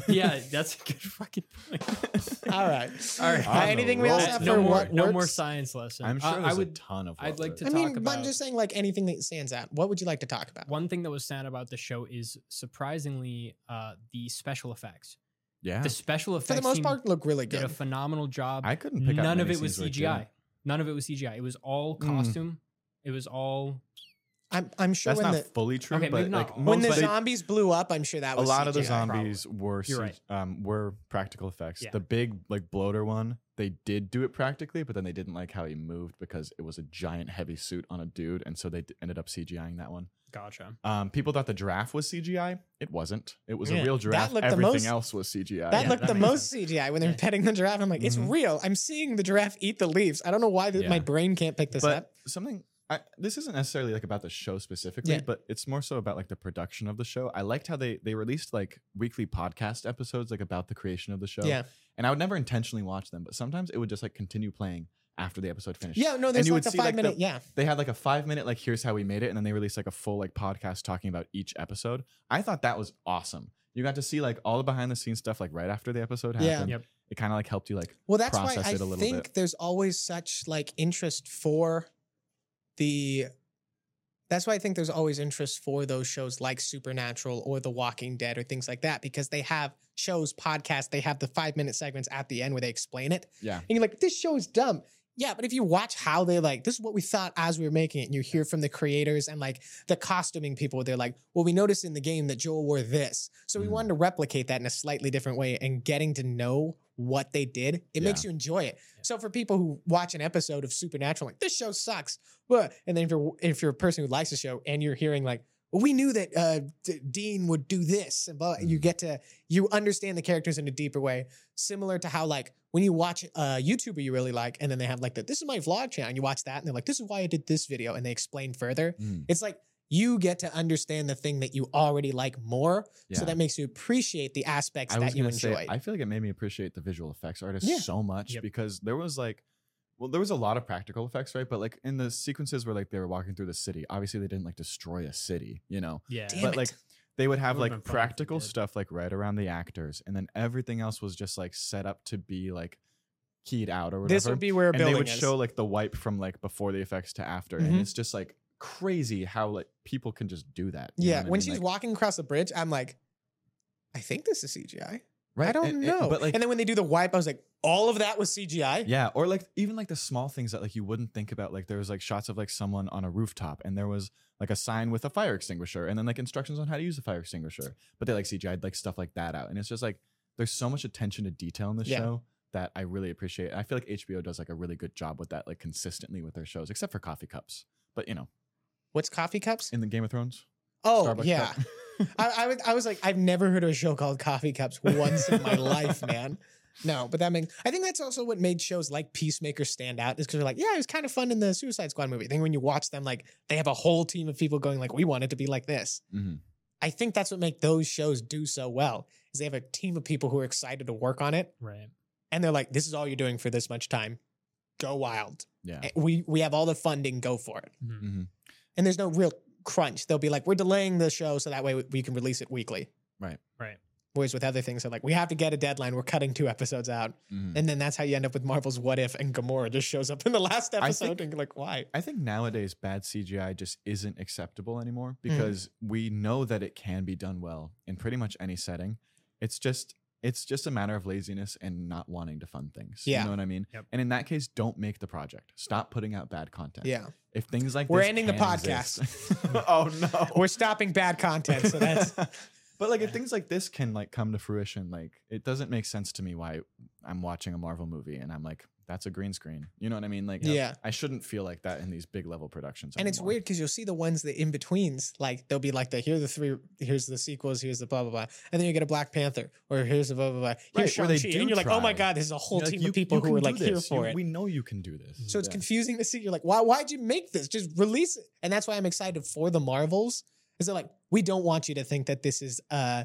S3: yeah, that's a good fucking point.
S1: <laughs> All right.
S3: All right.
S1: Uh,
S2: On
S1: anything <laughs>
S2: the
S1: we else
S2: roll.
S1: have
S3: no
S1: for
S3: more,
S1: what
S3: no
S1: works?
S3: more science lesson.
S2: I'm sure
S3: Uh,
S2: there's
S3: I would.
S2: a ton of.
S3: I'd
S2: what
S3: like
S2: works.
S3: to
S1: I
S3: talk
S1: mean, but I'm
S3: about-
S1: just saying, like anything that stands out. What would you like to talk about?
S3: One thing that was sad about the show is surprisingly uh, the special effects.
S2: Yeah,
S3: The special effects
S1: For the most
S3: team
S1: part, look really
S3: did a
S1: good.
S3: phenomenal job.
S2: I couldn't pick out
S3: None of
S2: many
S3: it was
S2: scenes where
S3: CGI. None of it was CGI. It was all
S2: Mm.
S3: costume. It was all
S1: I'm, I'm sure
S2: That's
S1: when
S2: not
S1: the
S2: fully true,
S3: Okay,
S2: but
S3: maybe not
S2: like
S1: when
S3: all,
S2: most
S1: the
S3: but-
S2: they-
S1: zombies blew up, I'm sure that
S2: a
S1: was
S2: lot of the
S1: CGI.
S2: zombies were
S3: You're
S2: CG
S3: right.
S2: um were practical effects.
S3: Yeah.
S2: The big like bloater one, they did do it practically, but then they didn't like how he moved because it was a giant heavy suit on a dude, and so they d- ended up CGIing that one.
S3: gotcha.
S2: Um, people thought the giraffe was CGI. It wasn't. It was
S1: Yeah.
S2: a real
S1: That
S2: giraffe.
S1: looked the
S2: Everything
S1: most-
S2: else was CGI.
S1: That
S3: Yeah,
S1: looked
S3: that
S1: the
S3: makes
S1: most CGI when they're
S3: Yeah.
S1: petting the giraffe. I'm like, it's
S2: Mhm.
S1: real. I'm seeing the giraffe eat the leaves. I don't know why th- my
S2: Yeah.
S1: brain can't pick this
S2: but
S1: up.
S2: something I, this isn't necessarily like about the show specifically
S1: Yeah.
S2: but it's more so about like the production of the show i liked how they they released like weekly podcast episodes like about the creation of the show
S1: Yeah.
S2: and i would never intentionally watch them but sometimes it would just like continue playing after the episode finished
S1: Yeah, no, there's
S2: you
S1: like
S2: would
S1: a
S2: see, like,
S1: five minute.
S2: the-
S1: yeah,
S2: they had like a five minute like here's how we made it and then they released like a full like podcast talking about each episode i thought that was awesome you got to see like all the behind the scenes stuff like right after the episode
S1: Yeah.
S2: happened
S3: Yep.
S2: it kind of like helped you like
S1: Well, that's why
S2: process
S1: I
S2: it a little
S1: think
S2: bit.
S1: there's always such like interest for the. That's why I think there's always interest for those shows like Supernatural or The Walking Dead or things like that because they have shows, podcasts, they have the five minute segments at the end where they explain it.
S2: Yeah.
S1: And you're like, this show is dumb. Yeah, but if you watch how they like, this is what we thought as we were making it, and you hear from the creators and like the costuming people, they're like, well, we noticed in the game that Joel wore this. So we
S2: Mm.
S1: wanted to replicate that in a slightly different way and getting to know what they did, it makes you enjoy it.
S3: Yeah.
S1: So for people who watch an episode of Supernatural, like this show sucks. But and then if you're if you're a person who likes the show and you're hearing like, well, we knew that uh, D- Dean would do this, and blah,
S3: Mm-hmm.
S1: you
S2: Mm.
S1: get to you understand the characters in a deeper way, similar to how like when you watch a YouTuber you really like, and then they have like the this is my vlog channel, and you watch that, and they're like, this is why I did this video, and they explain further.
S2: Mm,
S1: It's like you get to understand the thing that you already like more, so
S2: yeah.
S1: that makes you appreciate the aspects
S2: I was
S1: that you
S2: gonna say,
S1: enjoy.
S2: I feel like it made me appreciate the visual effects artist
S1: Yeah.
S2: so much
S3: Yep.
S2: because there was like, well, there was a lot of practical effects, right? But like in the sequences where like they were walking through the city, obviously they didn't like destroy a city, you know.
S3: Yeah.
S1: Damn
S2: but
S1: it.
S2: like they would have
S3: Would've been
S2: like
S3: fun if they
S2: practical
S3: did.
S2: stuff like right around the actors, and then everything else was just like set up to be like keyed out or whatever.
S1: this would be where a
S2: and they
S1: building
S2: would
S1: is.
S2: show like the wipe from like before the effects to after, and
S1: Mhm.
S2: it's just like crazy how like people can just do that. you know
S1: yeah,
S2: what I
S1: when
S2: mean?
S1: she's
S2: Like-
S1: walking across the bridge, I'm like, I think this is CGI.
S2: right?
S1: I don't
S2: And- and-
S1: know.
S2: but like,
S1: and then when they do the wipe, I was like, all of that was CGI.
S2: Yeah, or like even like the small things that like you wouldn't think about. Like there was like shots of like someone on a rooftop, and there was like a sign with a fire extinguisher, and then like instructions on how to use a fire extinguisher. But they like CGI'd like stuff like that out, and it's just like there's so much attention to detail in the
S1: Yeah.
S2: show that I really appreciate. And I feel like HBO does like a really good job with that, like consistently with their shows, except for coffee cups. But you know,
S1: What's coffee cups?
S2: in the Game of Thrones,
S1: Oh
S2: Starbucks
S1: yeah.
S2: cup. <laughs>
S1: I, I was I was like, I've never heard of a show called Coffee Cups once in my life, man. No, but that makes I think that's also what made shows like Peacemaker stand out is because they're like, yeah, it was kind of fun in the Suicide Squad movie. Then when you watch them, like they have a whole team of people going like, we want it to be like this.
S2: Mhm.
S1: I think that's what make those shows do so well is they have a team of people who are excited to work on it,
S3: Right.
S1: and they're like, this is all you're doing for this much time. Go wild.
S2: yeah.
S1: We we have all the funding. Go for it.
S3: Mhm.
S2: Mhm.
S1: And there's no real crunch. They'll be like, we're delaying the show so that way we- we can release it weekly.
S3: Right.
S1: Whereas with other things, they're like, we have to get a deadline. We're cutting two episodes out.
S2: Mhm.
S1: And then that's how you end up with Marvel's What If and Gamora just shows up in the last
S2: I
S1: episode
S2: think-
S1: and you're like, why?
S2: I think nowadays bad CGI just isn't acceptable anymore
S1: Hmm.
S2: because we know that it can be done well in pretty much any setting. It's just it's just a matter of laziness and not wanting to fund things.
S1: Yeah.
S2: You know what I mean?
S3: Yep.
S2: And in that case, don't make the project. Stop putting out bad content.
S1: Yeah.
S2: If things like
S1: We're
S2: this
S1: ending the
S2: can
S1: podcast. <laughs>
S2: exist- oh <laughs> no.
S1: We're stopping bad content. So that's
S2: <laughs> but like if things like this can like come to fruition, like it doesn't make sense to me why I'm watching a Marvel movie and I'm like, that's a green screen. You know what I mean? Like
S1: Yeah.
S2: I shouldn't feel like that in these big level productions.
S1: and it's
S2: anymore.
S1: weird because you'll see the ones that in betweens, like they'll be like the here are the three here's the sequels, here's the blah blah blah. And then you get a Black Panther or here's the blah blah blah. Here's Shang
S2: Right, where they
S1: Chi.
S2: do
S1: And you're like, oh my
S2: try.
S1: God, this is a whole
S2: You're like,
S1: team
S2: "You-
S1: of people
S2: you
S1: who
S2: can
S1: are
S2: do
S1: like here
S2: this.
S1: for
S2: You-
S1: it.
S2: We know you can do this.
S1: So it's
S2: Yeah.
S1: confusing to see. You're like, why? Why'd you make this? Just release it. And that's why I'm excited for the Marvels. Is they're like, we don't want you to think that this is uh,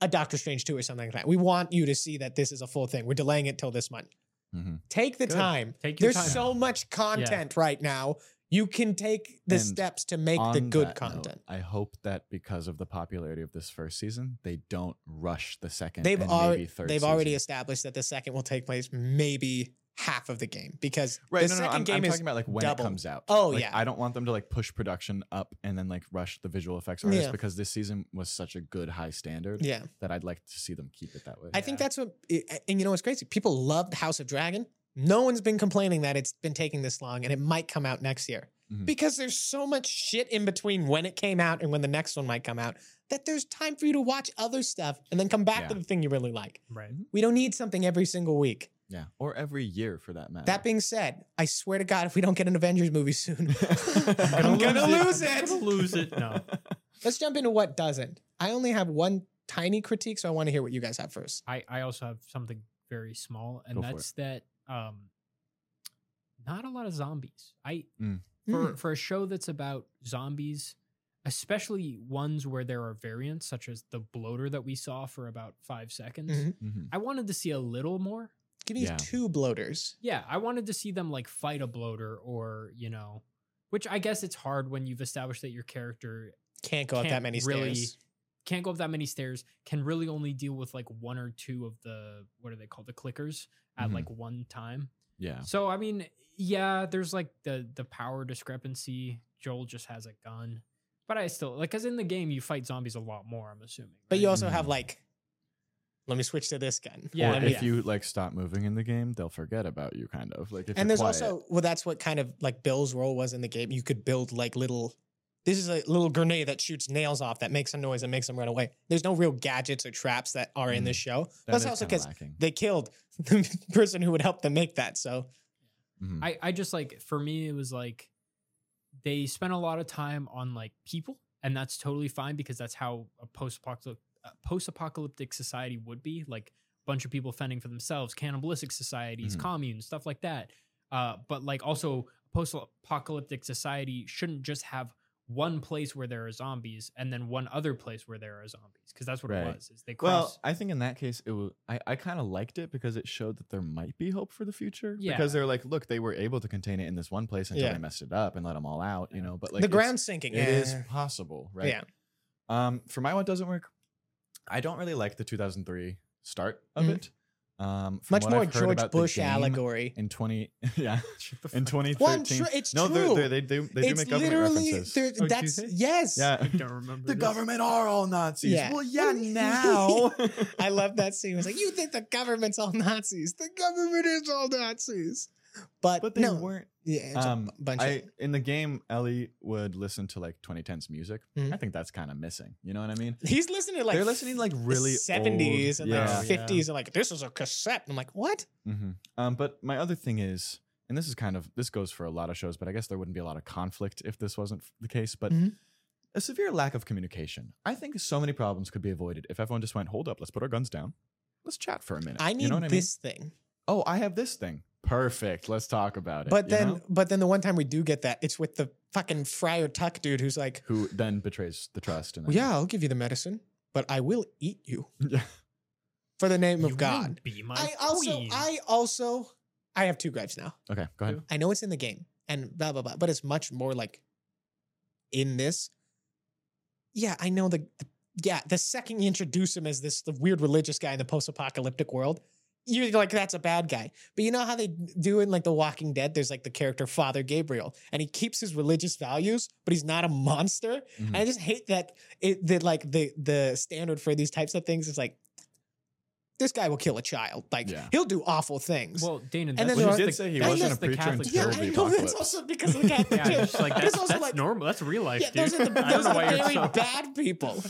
S1: a Doctor Strange two or something like that. We want you to see that this is a full thing. We're delaying it till this month.
S2: Mhm.
S1: Take the
S3: Good.
S1: time.
S3: Take your
S1: There's
S3: time.
S1: so much content right now. You can take the
S2: And
S1: steps to make the
S2: On
S1: good
S2: that note,
S1: content.
S2: I hope that because of the popularity of this first season, they don't rush the second.
S1: They've
S2: and
S1: already
S2: maybe
S1: they've
S2: third
S1: already
S2: season.
S1: established that the second will take place maybe half of the game because
S2: Right,
S1: the
S2: no, no, no,
S1: 2nd
S2: I'm,
S1: game
S2: I'm
S1: is
S2: talking about like when
S1: double.
S2: it comes out.
S1: Oh,
S2: Like,
S1: yeah.
S2: I don't want them to like push production up and then like rush the visual effects artists
S1: Yeah.
S2: because this season was such a good high standard
S1: yeah.
S2: that I'd like to see them keep it that way.
S1: I think
S3: Yeah.
S1: that's what, and you know what's crazy? People loved House of Dragon. No one's been complaining that it's been taking this long and it might come out next year
S2: Mhm.
S1: because there's so much shit in between when it came out and when the next one might come out that there's time for you to watch other stuff and then come back to
S2: Yeah.
S1: the thing you really like.
S3: Right.
S1: We don't need something every single week.
S2: yeah, or every year for that matter. <laughs>
S1: That being said, I swear to God, if we don't get an Avengers movie soon,
S2: I'm
S1: I'm gonna lose
S3: I'm
S1: it.
S3: gonna lose it. No.
S1: Let's jump into what doesn't. I only have one tiny critique, so I want to hear what you guys have first.
S3: I, I also have something very small, and
S2: Go for it.
S3: that's that um not a lot of zombies. I for
S2: Hmm.
S1: Mm.
S3: for a show that's about zombies, especially ones where there are variants, such as the bloater that we saw for about five seconds.
S1: Mhm.
S2: Mhm.
S3: I wanted to see a little more.
S1: Give me
S2: Yeah.
S1: two bloaters.
S3: Yeah, I wanted to see them like fight a bloater or, you know, which I guess it's hard when you've established that your character
S1: Can't go up that
S3: Can't
S1: many
S3: really-
S1: stairs.
S3: can't go up that many stairs, can really only deal with like one or two of the what are they called? The clickers at
S2: Mhm.
S3: like one time.
S2: Yeah,
S3: So I mean, yeah, there's like the the power discrepancy. Joel just has a gun, but I still like because in the game you fight zombies a lot more. I'm assuming,
S1: But you
S3: right?
S1: also have
S2: Mhm.
S1: like Let me switch to this gun.
S3: Yeah,
S2: or
S3: I mean,
S2: if
S3: yeah.
S2: you like stop moving in the game, they'll forget about you, kind of. Like if
S1: and
S2: you're
S1: there's
S2: quiet.
S1: also well, that's what kind of like Bill's role was in the game. You could build like little. This is a little grenade that shoots nails off that makes a noise and makes them run away. There's no real gadgets or traps that are in
S2: Mm.
S1: this show.
S2: That
S1: Plus,
S2: is
S1: also
S2: kinda
S1: because
S2: lacking.
S1: they killed <laughs> the person who would help them make that. So
S2: Mhm.
S3: I, I just like for me it was like they spent a lot of time on like people and that's totally fine because that's how a post-apocalyptic post-apocalyptic society would be like a bunch of people fending for themselves cannibalistic societies
S2: Mhm.
S3: communes stuff like that uh, but like also post-apocalyptic society shouldn't just have one place where there are zombies and then one other place where there are zombies because that's what it
S2: Right.
S3: was is they cross <laughs>
S2: Well, I think in that case, it was, I, I kind of liked it because it showed that there might be hope for the future. Because
S3: Yeah.
S2: they're like, look, they were able to contain it in this one place until
S1: Yeah.
S2: they messed it up and let them all out, you
S3: Yeah.
S2: know. But like
S1: the
S2: it's-
S1: ground's sinking.
S2: it is
S1: Yeah.
S2: possible, right?
S1: Yeah.
S2: Um, for my what doesn't work, I don't really like the 2003 start of
S1: Mhm.
S2: it. Um, from
S1: much
S2: what
S1: more
S2: I've heard
S1: George
S2: about the
S1: Bush
S2: game
S1: allegory.
S2: in 20. <laughs> Yeah,
S3: Shut the
S2: in
S3: fuck up.
S2: 2013.
S1: Well, I'm sure it's
S2: no, they're-
S1: true.
S2: they're- they they do, they do
S1: it's
S2: make government
S1: literally
S2: references.
S1: they're-
S3: do
S1: that's
S3: they?
S1: yes.
S2: yeah.
S3: <laughs> I don't remember
S2: The
S3: this.
S2: government are all Nazis.
S1: Yeah.
S2: Well, yeah, now.
S1: <laughs> I love that scene. It's like you think the government's all Nazis. The government is all Nazis. But,
S2: but they
S1: no,
S2: weren't.
S1: Yeah, it's
S2: Um,
S1: a bu- bunch
S2: I
S1: of
S2: in the game, Ellie would listen to like 2010s music.
S1: Mhm.
S2: I think that's kind of missing. You know what I mean?
S1: He's listening to like
S2: They're listening to, like really
S1: the 70s and
S2: old, yeah.
S1: the 50s and like this is a cassette. I'm like, "What?"
S2: hmm Um, but my other thing is, and this is kind of this goes for a lot of shows, but I guess there wouldn't be a lot of conflict if this wasn't the case. But
S1: Mhm.
S2: a severe lack of communication. I think so many problems could be avoided if everyone just went, "Hold up, let's put our guns down, let's chat for a minute."
S1: I need
S2: you know what
S1: this thing.
S2: I mean? Oh, I have this thing. Perfect. Let's talk about it.
S1: But
S2: you
S1: then
S2: know?
S1: but then the one time we do get that, it's with the fucking Friar Tuck dude who's like,
S2: who then betrays the trust? And
S1: well, "Yeah, I'll give you the medicine, but I will eat you
S2: yeah.
S1: for the name
S3: You
S1: of
S3: will
S1: God."
S3: be my
S1: I also
S3: queen.
S1: I also I have two gripes now.
S2: Okay, go ahead.
S1: I know it's in the game and blah blah blah, but it's much more like in this. Yeah, I know the, the- yeah the second you introduce him as this the weird religious guy in the post-apocalyptic world, you're like that's a bad guy. But you know how they do in like The Walking Dead? There's like the character Father Gabriel, and he keeps his religious values, but he's not a monster.
S2: Mhm.
S1: And I just hate that it that like the the standard for these types of things is like this guy will kill a child, like
S2: Yeah.
S1: he'll do awful things.
S3: Well, Dana,
S1: then
S3: that's
S1: there
S3: just
S1: are-
S3: the-
S2: He did say he
S3: that's
S1: wasn't
S3: just
S2: a
S3: the
S2: preacher
S3: Catholic
S2: until
S1: yeah,
S2: Terrible
S3: Church.
S1: I know
S2: apocalypse.
S1: that's also because of the Catholic
S3: Yeah,
S1: Church.
S3: just like
S1: But
S3: that's,
S1: it's also
S3: that's
S1: like
S3: normal. That's real life,
S1: yeah,
S3: dude.
S1: those are the,
S3: <laughs> I don't
S1: those
S3: know
S1: are
S3: why
S1: the
S3: you're
S1: very
S3: so-
S1: bad people.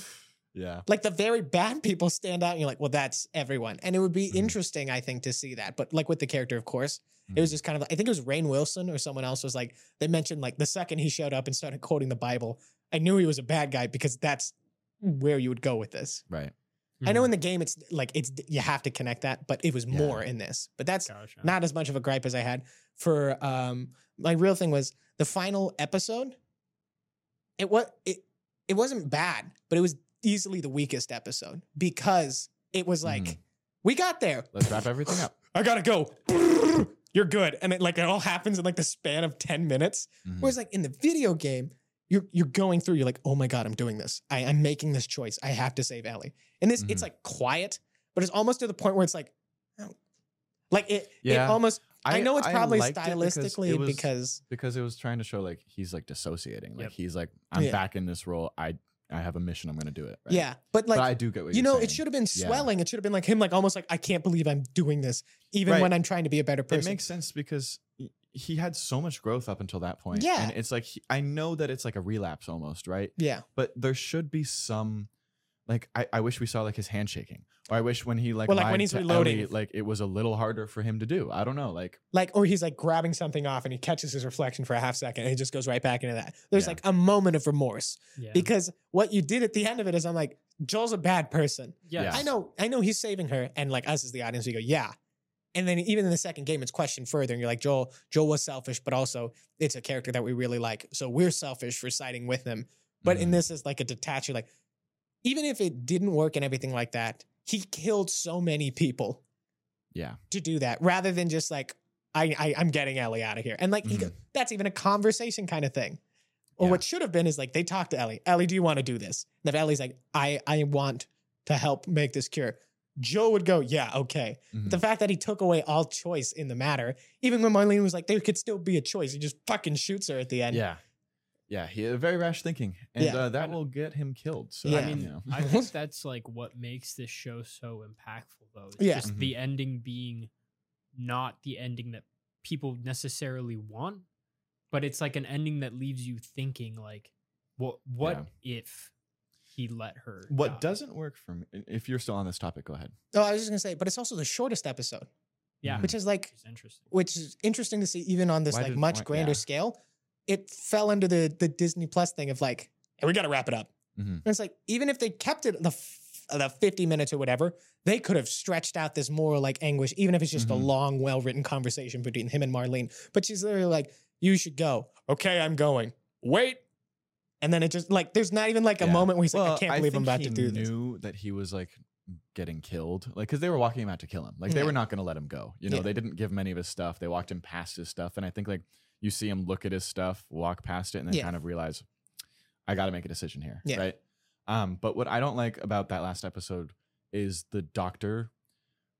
S2: Yeah.
S1: Like the very bad people stand out, and you're like, well, that's everyone. And it would be
S3: Mm-hmm.
S2: Mhm.
S1: interesting, I think, to see that. But like with the character, of course, it
S3: Mm-hmm.
S1: was just kind of. I think it was Rain Wilson or someone else was like they mentioned like the second he showed up and started quoting the Bible, I knew he was a bad guy because that's where you would go with this.
S2: right.
S1: I know
S3: Mhm.
S1: in the game it's like it's you have to connect that, but it was
S2: Yeah.
S1: more in this. But that's
S3: Gosh, yeah.
S1: not as much of a gripe as I had for um my real thing was the final episode. It was it it wasn't bad, but it was easily the weakest episode because it was like
S2: Mhm.
S1: we got there.
S2: Let's wrap everything up.
S1: Mm-hmm. I gotta go. <laughs> You're good, and it like it all happens in like the span of ten minutes.
S2: Mhm.
S1: Whereas like in the video game, you're you're going through. You're like, oh my god, I'm doing this. I, I'm making this choice. I have to save Ellie. And this,
S2: Mhm.
S1: it's like quiet, but it's almost to the point where it's like, oh. like it.
S2: Yeah.
S1: It almost. I, know it's probably
S2: liked it because it
S1: stylistically because,
S2: was- because it was trying to show like he's like dissociating. Like
S3: Yep.
S2: he's like, I'm
S1: Yeah.
S2: back in this role. I I have a mission. I'm gonna do it. right?
S1: yeah, but
S2: but
S1: like
S2: I do get what
S1: you
S2: you're
S1: know,
S2: saying.
S1: it should have been
S2: Yeah.
S1: swelling. It should have been like him, like almost like I can't believe I'm doing this, even
S2: Right.
S1: when I'm trying to be a better
S2: It
S1: person.
S2: makes sense because he- he had so much growth up until that point.
S1: Yeah.
S2: and it's like he, I know that it's like a relapse almost, right?
S1: yeah,
S2: But there should be some. Like I, I wish we saw like his handshaking, or I wish when he like,
S1: Well, like, when
S2: lied
S1: he's
S2: to
S1: reloading.
S2: Ellie, like it was a little harder for him to do. I don't know, like
S1: like or he's like grabbing something off and he catches his reflection for a half second and he just goes right back into that. There's
S2: Yeah.
S1: like a moment of remorse
S3: Yeah.
S1: because what you did at the end of it is I'm like Joel's a bad person.
S3: Yes.
S2: Yeah.
S1: I know, I know he's saving her, and like us as the audience, we go, yeah. And then even in the second game, it's questioned further, and you're like, Joel, Joel was selfish, but also it's a character that we really like, so we're selfish for siding with him. But in
S2: mhm.
S1: this, is like a detached, you're like, even if it didn't work and everything like that, he killed so many people
S2: yeah,
S1: to do that rather than just like I, I I'm getting Ellie out of here. And like he go- that's even a conversation kind of thing. Or
S2: Mm-hmm. Yeah.
S1: what should have been is like they talk to Ellie. Ellie, do you want to do this? And if Ellie's like, I I want to help make this cure, Joe would go, Yeah, okay.
S2: Mhm.
S1: The fact that he took away all choice in the matter, even when Marlene was like, there could still be a choice, he just fucking shoots her at the end.
S2: yeah, yeah, he very rash thinking, and
S1: Yeah.
S2: uh, that will get him killed. So
S1: Yeah.
S2: I
S3: I
S2: mean,
S3: mean,
S2: you know.
S3: I think that's like what makes this show so impactful, though. is
S1: Yeah.
S3: Just
S2: Mm-hmm.
S3: the ending being not the ending that people necessarily want, but it's like an ending that leaves you thinking, like, what what if he let her?
S2: what
S3: die?
S2: doesn't work for me, if you're still on this topic, go ahead.
S1: Oh, I was just gonna say, but it's also the shortest episode,
S3: Yeah,
S2: Mhm.
S1: which is like
S3: which is interesting.
S1: which is interesting to see even on this
S2: Why
S1: like
S2: did-
S1: much
S2: why-
S1: grander
S2: yeah.
S1: scale it fell into the the disney plus thing of like hey, we gotta wrap it up
S2: Mhm.
S1: and it's like even if they kept it the f- the 50 minutes or whatever they could have stretched out this more like anguish even if it's just a
S2: Mhm.
S1: long well-written conversation between him and marlene but she's literally like you should go okay i'm going wait and then it just like there's not even like a
S2: Yeah.
S1: moment where he's like
S2: Well,
S1: i can't believe i'm
S2: think
S1: about
S2: he
S1: to do this
S2: knew that he was like getting killed, like because they were walking him out to kill him. Like they
S1: Yeah.
S2: were not going to let him go. You know,
S1: Yeah.
S2: they didn't give him any of his stuff. They walked him past his stuff, and I think like you see him look at his stuff, walk past it, and then
S1: Yeah.
S2: kind of realize, I got to make a decision here,
S1: Yeah.
S2: right? Um, but what I don't like about that last episode is the doctor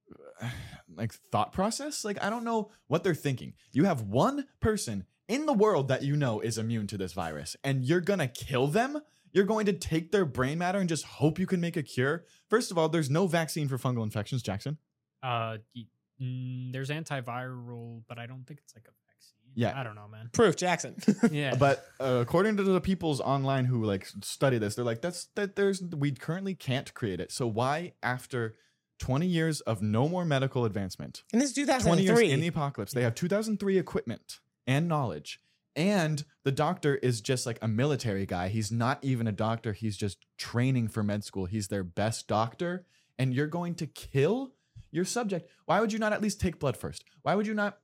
S2: <sighs> like thought process. Like I don't know what they're thinking. You have one person in the world that you know is immune to this virus, and you're gonna kill them. You're going to take their brain matter and just hope you can make a cure. First of all, there's no vaccine for fungal infections, Jackson.
S3: Uh, y- mm, there's antiviral, but I don't think it's like a vaccine.
S2: Yeah.
S3: I don't know,
S2: <laughs>
S3: man.
S1: proof jackson <laughs>
S3: Yeah,
S2: But uh, according to the people's online who like study this, they're like, that's that there's we currently can't create it. So why after 20 years of no more medical advancement,
S1: and this is
S2: 20 years
S1: 2003
S2: in the apocalypse. They have 2003 equipment and knowledge. And the doctor is just like a military guy. He's not even a doctor. He's just training for med school. He's their best doctor. And you're going to kill your subject. Why would you not at least take blood first? Why would you not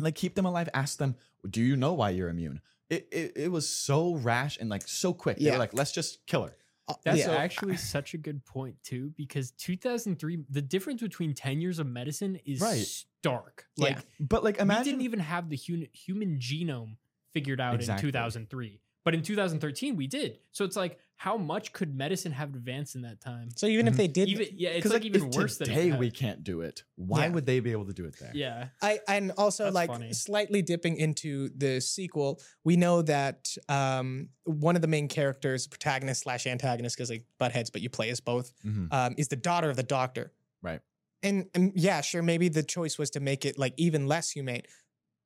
S2: like keep them alive? Ask them, do you know why you're immune? It, it, it was so rash and like so quick. They
S1: Yeah.
S2: were like, let's just kill her.
S1: Uh,
S3: That's
S1: yeah.
S2: So-
S3: actually such a good point too, because 2003, the difference between 10 years of medicine is
S2: Right.
S3: stark.
S1: Yeah.
S3: Like
S2: But like imagine
S3: we didn't even have the human human genome figured out
S2: Exactly.
S3: in 2003, but in 2013 we did. So it's like, how much could medicine have advanced in that time?
S1: so even if
S2: Mhm.
S1: they did
S3: Even yeah, it's
S2: because
S3: like, even
S2: if
S3: worse than
S2: today
S3: it
S2: we
S3: had.
S2: can't do it. Why
S1: Yeah.
S2: would they be able to do it there?
S3: Yeah,
S1: I and also
S3: That's
S1: like
S3: funny.
S1: slightly dipping into the sequel, we know that um, one of the main characters, protagonist slash antagonist, because like butt heads, but you play as both,
S2: Mhm.
S1: um, is the daughter of the doctor.
S2: Right.
S1: And, and yeah, sure, maybe the choice was to make it like even less humane,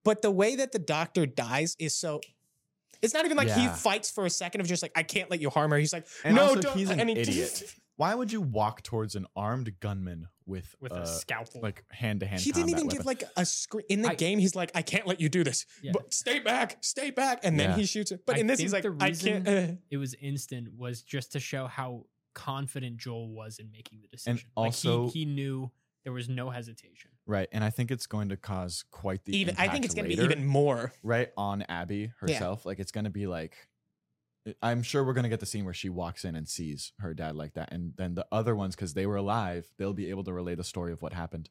S1: but the way that the doctor dies is so. It's not even like he
S2: Yeah.
S1: fights for a second of just like I can't let you harm her. He's like,
S2: And
S1: no,
S2: also,
S1: don't.
S2: he's an
S1: and he
S2: idiot. <laughs> Why would you walk towards an armed gunman with,
S3: with
S2: uh,
S3: a scalpel.
S2: like hand to hand?
S1: He didn't even give like a screen in the
S3: I-
S1: game. He's like, I can't let you do this.
S3: Yeah.
S1: But stay back, stay back, and then
S2: Yeah.
S1: he shoots it. But
S3: I
S1: in this, he's like,
S3: think the
S1: I can't. Uh,
S3: reason- it was instant was just to show how confident Joel was in making the decision.
S2: also-
S3: like he, he knew there was no hesitation.
S2: right, and I think it's going to cause quite the.
S1: even I think
S2: impact
S1: it's gonna be
S2: later,
S1: even more.
S2: right on Abby herself. Like it's going to be like, I'm sure we're going to get the scene where she walks in and sees her dad like that, and then the other ones because they were alive, they'll be able to relay the story of what happened,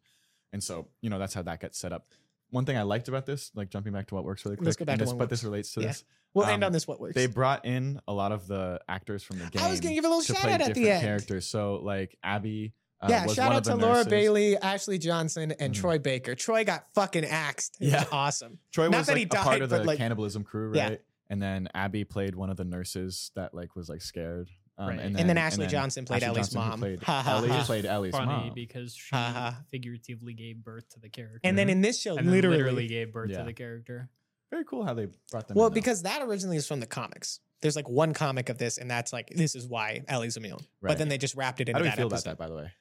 S2: and so you know that's how that gets set up. One thing I liked about this, like jumping back to what works really quick,
S1: Let's go back
S2: and
S1: to
S2: this,
S1: what
S2: but this
S1: works.
S2: relates to
S1: Yeah.
S2: this.
S1: We'll end
S2: Um,
S1: on this. What works?
S2: They brought in a lot of the actors from the game.
S1: I was gonna give a little
S2: to
S1: shout
S2: play
S1: out at the
S2: different
S1: end.
S2: characters. So like Abby, uh,
S1: yeah,
S2: was
S1: shout
S2: one
S1: out
S2: of the
S1: to Laura
S2: nurses.
S1: Bailey, Ashley Johnson, and
S2: Mhm.
S1: Troy Baker. Troy got fucking axed. It
S2: Yeah.
S1: was awesome.
S2: Troy
S1: Not
S2: was
S1: that
S2: like
S1: he
S2: a part
S1: died,
S2: of the
S1: but, like-
S2: cannibalism crew,
S1: Yeah.
S2: right? And then Abby played one of the nurses that like was like scared. Um,
S3: Right.
S2: and,
S1: And then Ashley
S2: and
S1: Johnson played Ellie's
S2: who
S1: mom.
S2: Played
S1: Ha, ha,
S2: <laughs> Ellie
S1: ha.
S2: played Ellie's
S3: funny
S2: mom.
S3: because she
S1: Ha, ha.
S3: figuratively gave birth to the character.
S1: And
S2: mm-hmm.
S1: then in this show,
S3: And then
S1: literally,
S3: gave birth
S2: Yeah.
S3: to the character.
S2: Very cool how they brought them.
S1: well,
S2: in, though.
S1: because that originally is from the comics. There's like one comic of this, and that's like this is why Ellie's immune. But
S2: Right.
S1: then they just wrapped it into
S2: how do we
S1: that
S2: feel about
S1: episode.
S2: that, by the way?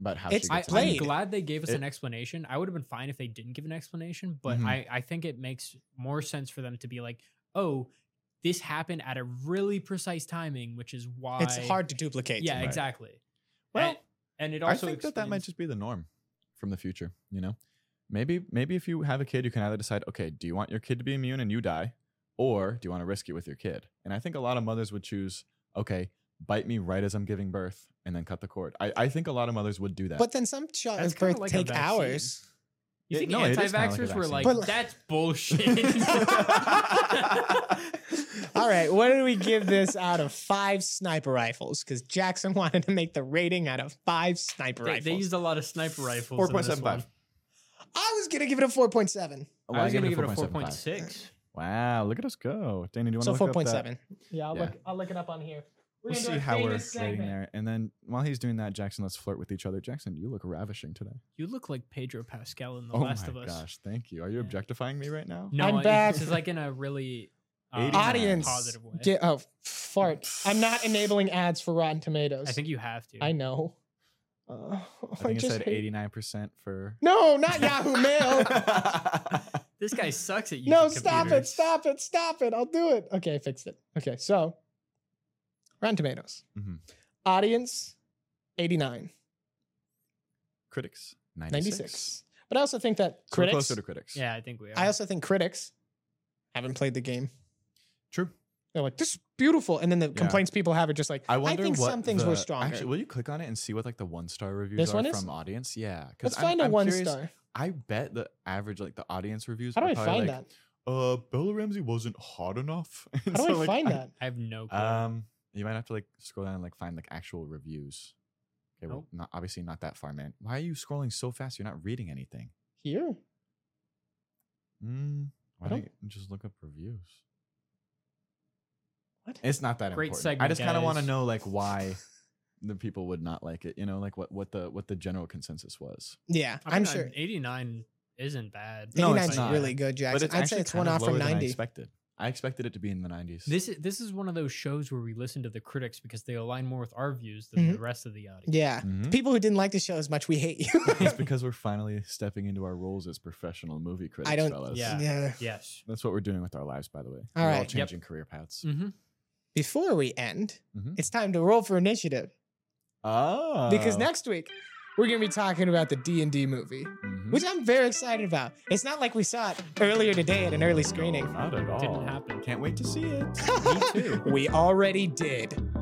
S2: About how
S1: It's
S2: she
S3: I,
S2: gets
S3: I'm
S1: played.
S2: in.
S3: glad they gave us
S2: It-
S3: an explanation. I would have been fine if they didn't give an explanation, but
S2: Mhm.
S3: I, I think it makes more sense for them to be like, oh, this happened at a really precise timing, which is why
S1: It's hard to duplicate.
S3: Yeah,
S2: Right.
S3: exactly.
S2: Well,
S3: and, and it
S2: I
S3: also
S2: think that that might
S3: explains-
S2: just be the norm from the future. You know, maybe maybe if you have a kid, you can either decide, okay, do you want your kid to be immune and you die, or do you want to risk it with your kid? And I think a lot of mothers would choose, okay, bite me right as I'm giving birth and then cut the cord. I, I think a lot of mothers would do
S1: <laughs>
S2: that.
S1: But then some shots
S3: That's
S1: of
S3: kinda
S1: birth
S3: like a
S1: take
S3: vaccine.
S1: hours.
S3: You
S2: It-
S3: think
S2: no, it is kinda like a
S3: anti-vaxxers were
S2: vaccine.
S3: like,
S1: But like-
S3: that's
S2: <laughs>
S3: bullshit. <laughs>
S1: All right, what did we give this out of five sniper rifles? Because Jackson <laughs> wanted to make the rating out of five sniper
S3: They,
S1: rifles.
S3: they used a lot of sniper rifles.
S2: four
S3: in
S2: point
S3: this
S2: seven
S3: one.
S2: five.
S1: I was gonna give it a four point seven.
S3: I was going to give it a 4.6.
S2: Wow, look at us go. Danny, do you want to
S1: So
S2: look
S1: four
S2: up
S1: point
S2: that?
S1: seven. Yeah, I'll
S2: Yeah.
S1: look. I'll look it up on here. We're
S2: We'll
S1: gonna do
S2: see
S1: our
S2: how we're
S1: famous
S2: rating
S1: segment.
S2: there. And then while he's doing that, Jackson, let's flirt with each other. Jackson, you look ravishing today.
S3: You look like Pedro Pascal in The
S2: oh
S3: Last
S2: my
S3: of Us.
S2: gosh, thank you. Are you
S3: Yeah.
S2: objectifying me right now?
S3: No,
S1: I'm
S3: I-
S1: back.
S3: This is like in a really uh,
S2: 89.
S1: Audience,
S3: positive way.
S1: Get, oh, fart. I'm not enabling ads for Rotten Tomatoes.
S3: I think you have to.
S1: I know. Uh,
S2: I think it
S1: just
S2: said
S1: hate-
S2: eighty nine percent for.
S1: No, not Yahoo
S3: <laughs>
S1: Mail.
S3: This guy sucks at you.
S1: no, stop it, stop it, stop it. I'll do it. Okay, I fixed it. Okay, so Rotten Tomatoes.
S2: Mhm.
S1: Audience, 89,
S2: <laughs> critics 96.
S1: 96. But I also think that
S2: So we're
S1: critics,
S2: closer to critics.
S3: Yeah, I think we are.
S1: I also think critics haven't played the game.
S2: true.
S1: They're like, this is beautiful. And then the
S2: Yeah.
S1: complaints people have are just like,
S2: I
S1: I,
S2: wonder
S1: think
S2: what
S1: some things
S2: the,
S1: were stronger.
S2: Actually, will you click on it and see what like the one star reviews
S1: This
S2: are
S1: one is?
S2: from audience? Yeah, because
S1: Let's find a
S2: a
S1: one star.
S2: I bet the average like the audience reviews.
S1: How do
S2: are
S1: I
S2: probably
S1: find
S2: like, that? Uh, Bella Ramsey wasn't hot enough. <laughs>
S1: that? How do I find that?
S3: I have no clue.
S2: Um, you might have to like scroll down and like find like actual reviews. Okay, well,
S3: Nope.
S2: not obviously not that far, man. Why are you scrolling so fast? You're not reading anything.
S1: Here?
S2: Mm, why
S1: I
S2: don't
S1: don't-
S2: you just look up reviews?
S1: What?
S2: It's not that
S3: Great
S2: important. I
S3: segment,
S2: just kind of want to
S3: guys.
S2: know
S3: <laughs>
S2: like why the people would not like it. You know, like what what the what the general consensus was.
S1: Yeah,
S3: I mean,
S1: I'm
S3: uh,
S1: sure.
S3: 89 isn't bad.
S2: No, it's
S1: 89's
S2: not.
S1: really good, Jackson. I'd say
S2: actually
S1: it's one
S2: kind
S1: off from
S2: lower than I
S1: 90.
S2: expected. I expected it to be in the 90s.
S3: This is this is one of those shows where we listen to the critics because they align more with our views
S1: Mm-hmm.
S3: than the rest of the audience.
S1: Yeah. <laughs>
S2: Mhm.
S1: People who didn't like the show as much, we hate you.
S2: it's because we're finally stepping into our roles as professional movie critics,
S1: I don't.
S2: fellas.
S1: <laughs>
S3: Yeah.
S1: yeah.
S3: Yes.
S2: That's what we're doing with our lives, by the way.
S1: All
S2: we're all
S1: right. Yep. Mm.
S2: changing career paths.
S3: Mm-hmm.
S1: Before we end,
S2: Mhm.
S1: it's time to roll for initiative
S2: Oh.
S1: because next week we're gonna be talking about the D and D movie,
S2: Mhm.
S1: which I'm very excited about. It's not like we saw it earlier today at an early screening.
S2: Not at
S1: <laughs>
S2: all.
S3: Didn't happen.
S2: Can't wait to see it.
S1: we already did.